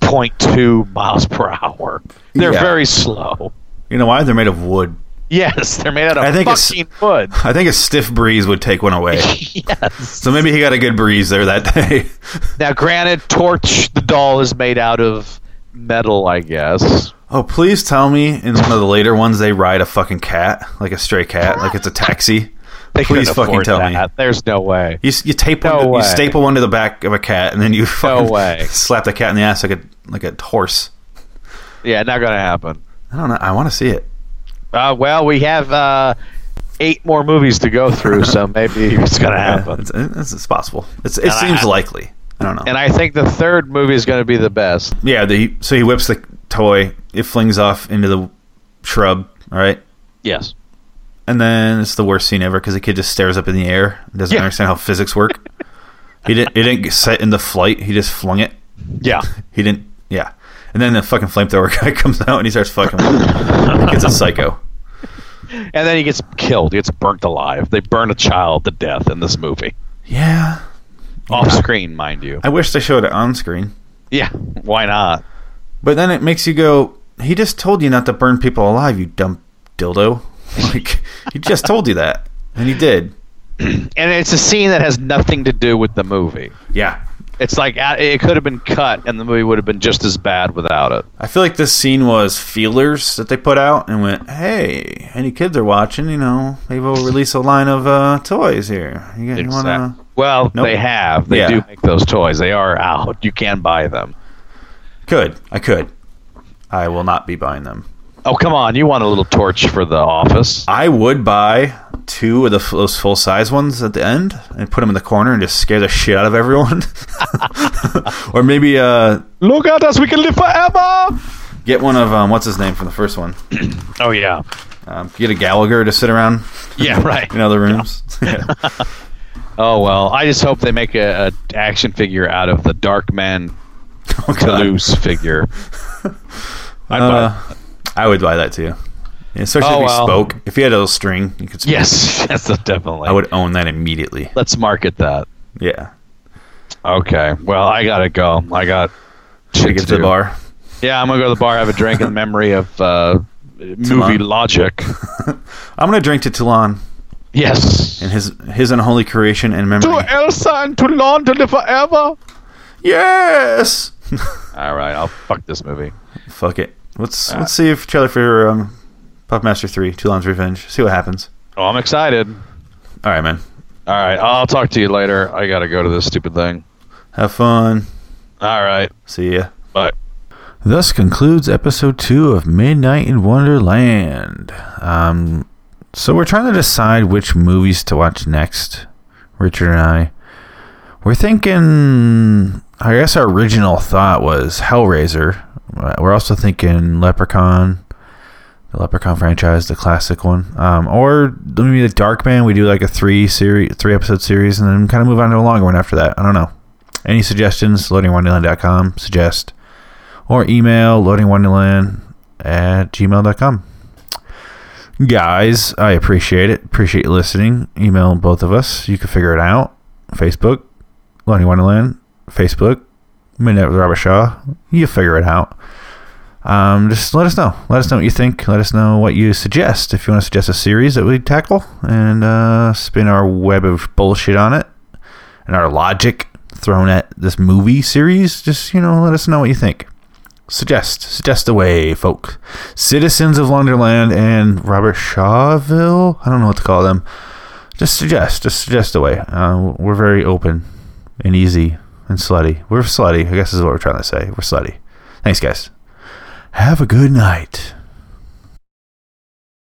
[SPEAKER 2] 0.2 miles per hour. They're
[SPEAKER 1] Yeah.
[SPEAKER 2] very slow.
[SPEAKER 1] You know why? They're made of wood.
[SPEAKER 2] Yes, they're made out of
[SPEAKER 1] I think it's-
[SPEAKER 2] fucking wood.
[SPEAKER 1] I think a stiff breeze would take one away.
[SPEAKER 2] yes.
[SPEAKER 1] So maybe he got a good breeze there that day.
[SPEAKER 2] Now, granted, Torch the doll is made out of metal, I guess.
[SPEAKER 1] Oh, please tell me in one of the later ones they ride a fucking cat, like a stray cat, like it's a taxi.
[SPEAKER 2] They couldn't
[SPEAKER 1] Please fucking
[SPEAKER 2] afford
[SPEAKER 1] tell
[SPEAKER 2] that.
[SPEAKER 1] me.
[SPEAKER 2] There's no way.
[SPEAKER 1] You, s- you tape one
[SPEAKER 2] No
[SPEAKER 1] to-
[SPEAKER 2] way.
[SPEAKER 1] you staple one to the back of a cat, and then you fucking
[SPEAKER 2] way.
[SPEAKER 1] slap the cat in the ass like a like a horse.
[SPEAKER 2] Yeah, not gonna happen.
[SPEAKER 1] I don't know. I want to see it.
[SPEAKER 2] Uh, well, we have uh, eight more movies to go through, so maybe it's gonna happen.
[SPEAKER 1] It's, it's, it's possible. It's, it
[SPEAKER 2] I-
[SPEAKER 1] seems
[SPEAKER 2] I-
[SPEAKER 1] likely. I don't know.
[SPEAKER 2] And I think the third movie is gonna be the best.
[SPEAKER 1] yeah. The, so he whips the toy. It flings off into the shrub. All right.
[SPEAKER 2] Yes.
[SPEAKER 1] And then it's the worst scene ever because the kid just stares up in the air. and Doesn't
[SPEAKER 2] Yeah.
[SPEAKER 1] understand how physics work. he didn't. It didn't set into flight. He just flung it.
[SPEAKER 2] Yeah.
[SPEAKER 1] He didn't. Yeah. And then the fucking flamethrower guy comes out and he starts fucking. It's a psycho.
[SPEAKER 2] And then he gets killed. He gets burnt alive. They burn a child to death in this movie,
[SPEAKER 1] Yeah.
[SPEAKER 2] off screen, mind you.
[SPEAKER 1] I wish they showed it on screen.
[SPEAKER 2] Yeah. Why not?
[SPEAKER 1] But then it makes you go, he just told you not to burn people alive, you dumb dildo. Like, he just told you that. And he did.
[SPEAKER 2] And it's a scene that has nothing to do with the movie.
[SPEAKER 1] Yeah.
[SPEAKER 2] It's like uh, it could have been cut, and the movie would have been just as bad without it.
[SPEAKER 1] I feel like this scene was feelers that they put out and went, hey, any kids are watching, you know, maybe we'll release a line of uh, toys here. You, got- you want to.
[SPEAKER 2] Well,
[SPEAKER 1] Nope.
[SPEAKER 2] they have. They
[SPEAKER 1] Yeah.
[SPEAKER 2] do make those toys. They are out. You can buy them.
[SPEAKER 1] Could. I could. I will not be buying them.
[SPEAKER 2] Oh, come on! You want a little torch for the office?
[SPEAKER 1] I would buy two of the f- those full size ones at the end and put them in the corner and just scare the shit out of everyone. or maybe uh,
[SPEAKER 2] Look at us! We can live forever.
[SPEAKER 1] get one of um, what's his name from the first one.
[SPEAKER 2] Oh yeah.
[SPEAKER 1] Um, get a Gallagher to sit around
[SPEAKER 2] Yeah. Right.
[SPEAKER 1] in other rooms. Yeah.
[SPEAKER 2] Oh well. I just hope they make a, a action figure out of the Dark Man
[SPEAKER 1] Oh, God.
[SPEAKER 2] Toulouse figure. Uh, I'd buy.
[SPEAKER 1] Uh, I would buy that too, Yeah, especially
[SPEAKER 2] Oh,
[SPEAKER 1] if he
[SPEAKER 2] well.
[SPEAKER 1] spoke. If he had a little string, you could. Speak.
[SPEAKER 2] Yes. Yes. Definitely.
[SPEAKER 1] I would own that immediately.
[SPEAKER 2] Let's market that.
[SPEAKER 1] Yeah,
[SPEAKER 2] Okay. Well, I gotta go. I got.
[SPEAKER 1] to
[SPEAKER 2] shit
[SPEAKER 1] get
[SPEAKER 2] to
[SPEAKER 1] to the
[SPEAKER 2] do.
[SPEAKER 1] bar.
[SPEAKER 2] Yeah, I'm gonna go to the bar, have a drink in memory of uh, movie logic.
[SPEAKER 1] I'm gonna drink to Toulon
[SPEAKER 2] Yes.
[SPEAKER 1] and his his unholy creation and memory.
[SPEAKER 2] to Elsa and to Lon to live forever.
[SPEAKER 1] Yes.
[SPEAKER 2] All right, I'll fuck this movie.
[SPEAKER 1] Fuck it. Let's
[SPEAKER 2] Uh.
[SPEAKER 1] let's see if trailer for um, Puppetmaster Three: Toulon's Revenge. See what happens.
[SPEAKER 2] Oh, I'm excited.
[SPEAKER 1] All right, man.
[SPEAKER 2] All right, I'll talk to you later. I gotta go to this stupid thing.
[SPEAKER 1] Have fun.
[SPEAKER 2] All right,
[SPEAKER 1] See ya.
[SPEAKER 2] bye.
[SPEAKER 1] Thus concludes episode two of Midnight in Wonderland. Um, so we're trying to decide which movies to watch next, Richard and I. We're thinking. I guess our original thought was Hellraiser. Uh, We're also thinking Leprechaun, the Leprechaun franchise, the classic one, um, or maybe the Dark Man. We do like a three series, three episode series, and then kind of move on to a longer one after that. I don't know. Any suggestions? LoadingWonderland.com. Suggest or email loadingwonderland at gmail.com. Guys, I appreciate it. Appreciate you listening. Email both of us. You can figure it out. Facebook, Loading Wonderland, Facebook, Midnight with Robert Shaw. You figure it out. Um, just let us know. Let us know what you think. Let us know what you suggest. If you want to suggest a series that we tackle and uh, spin our web of bullshit on it and our logic thrown at this movie series, just, you know, let us know what you think suggest suggest away folk citizens of wonderland and robert shawville i don't know what to call them just suggest just suggest away uh, we're very open and easy and slutty we're slutty i guess is what we're trying to say we're slutty thanks guys have a good night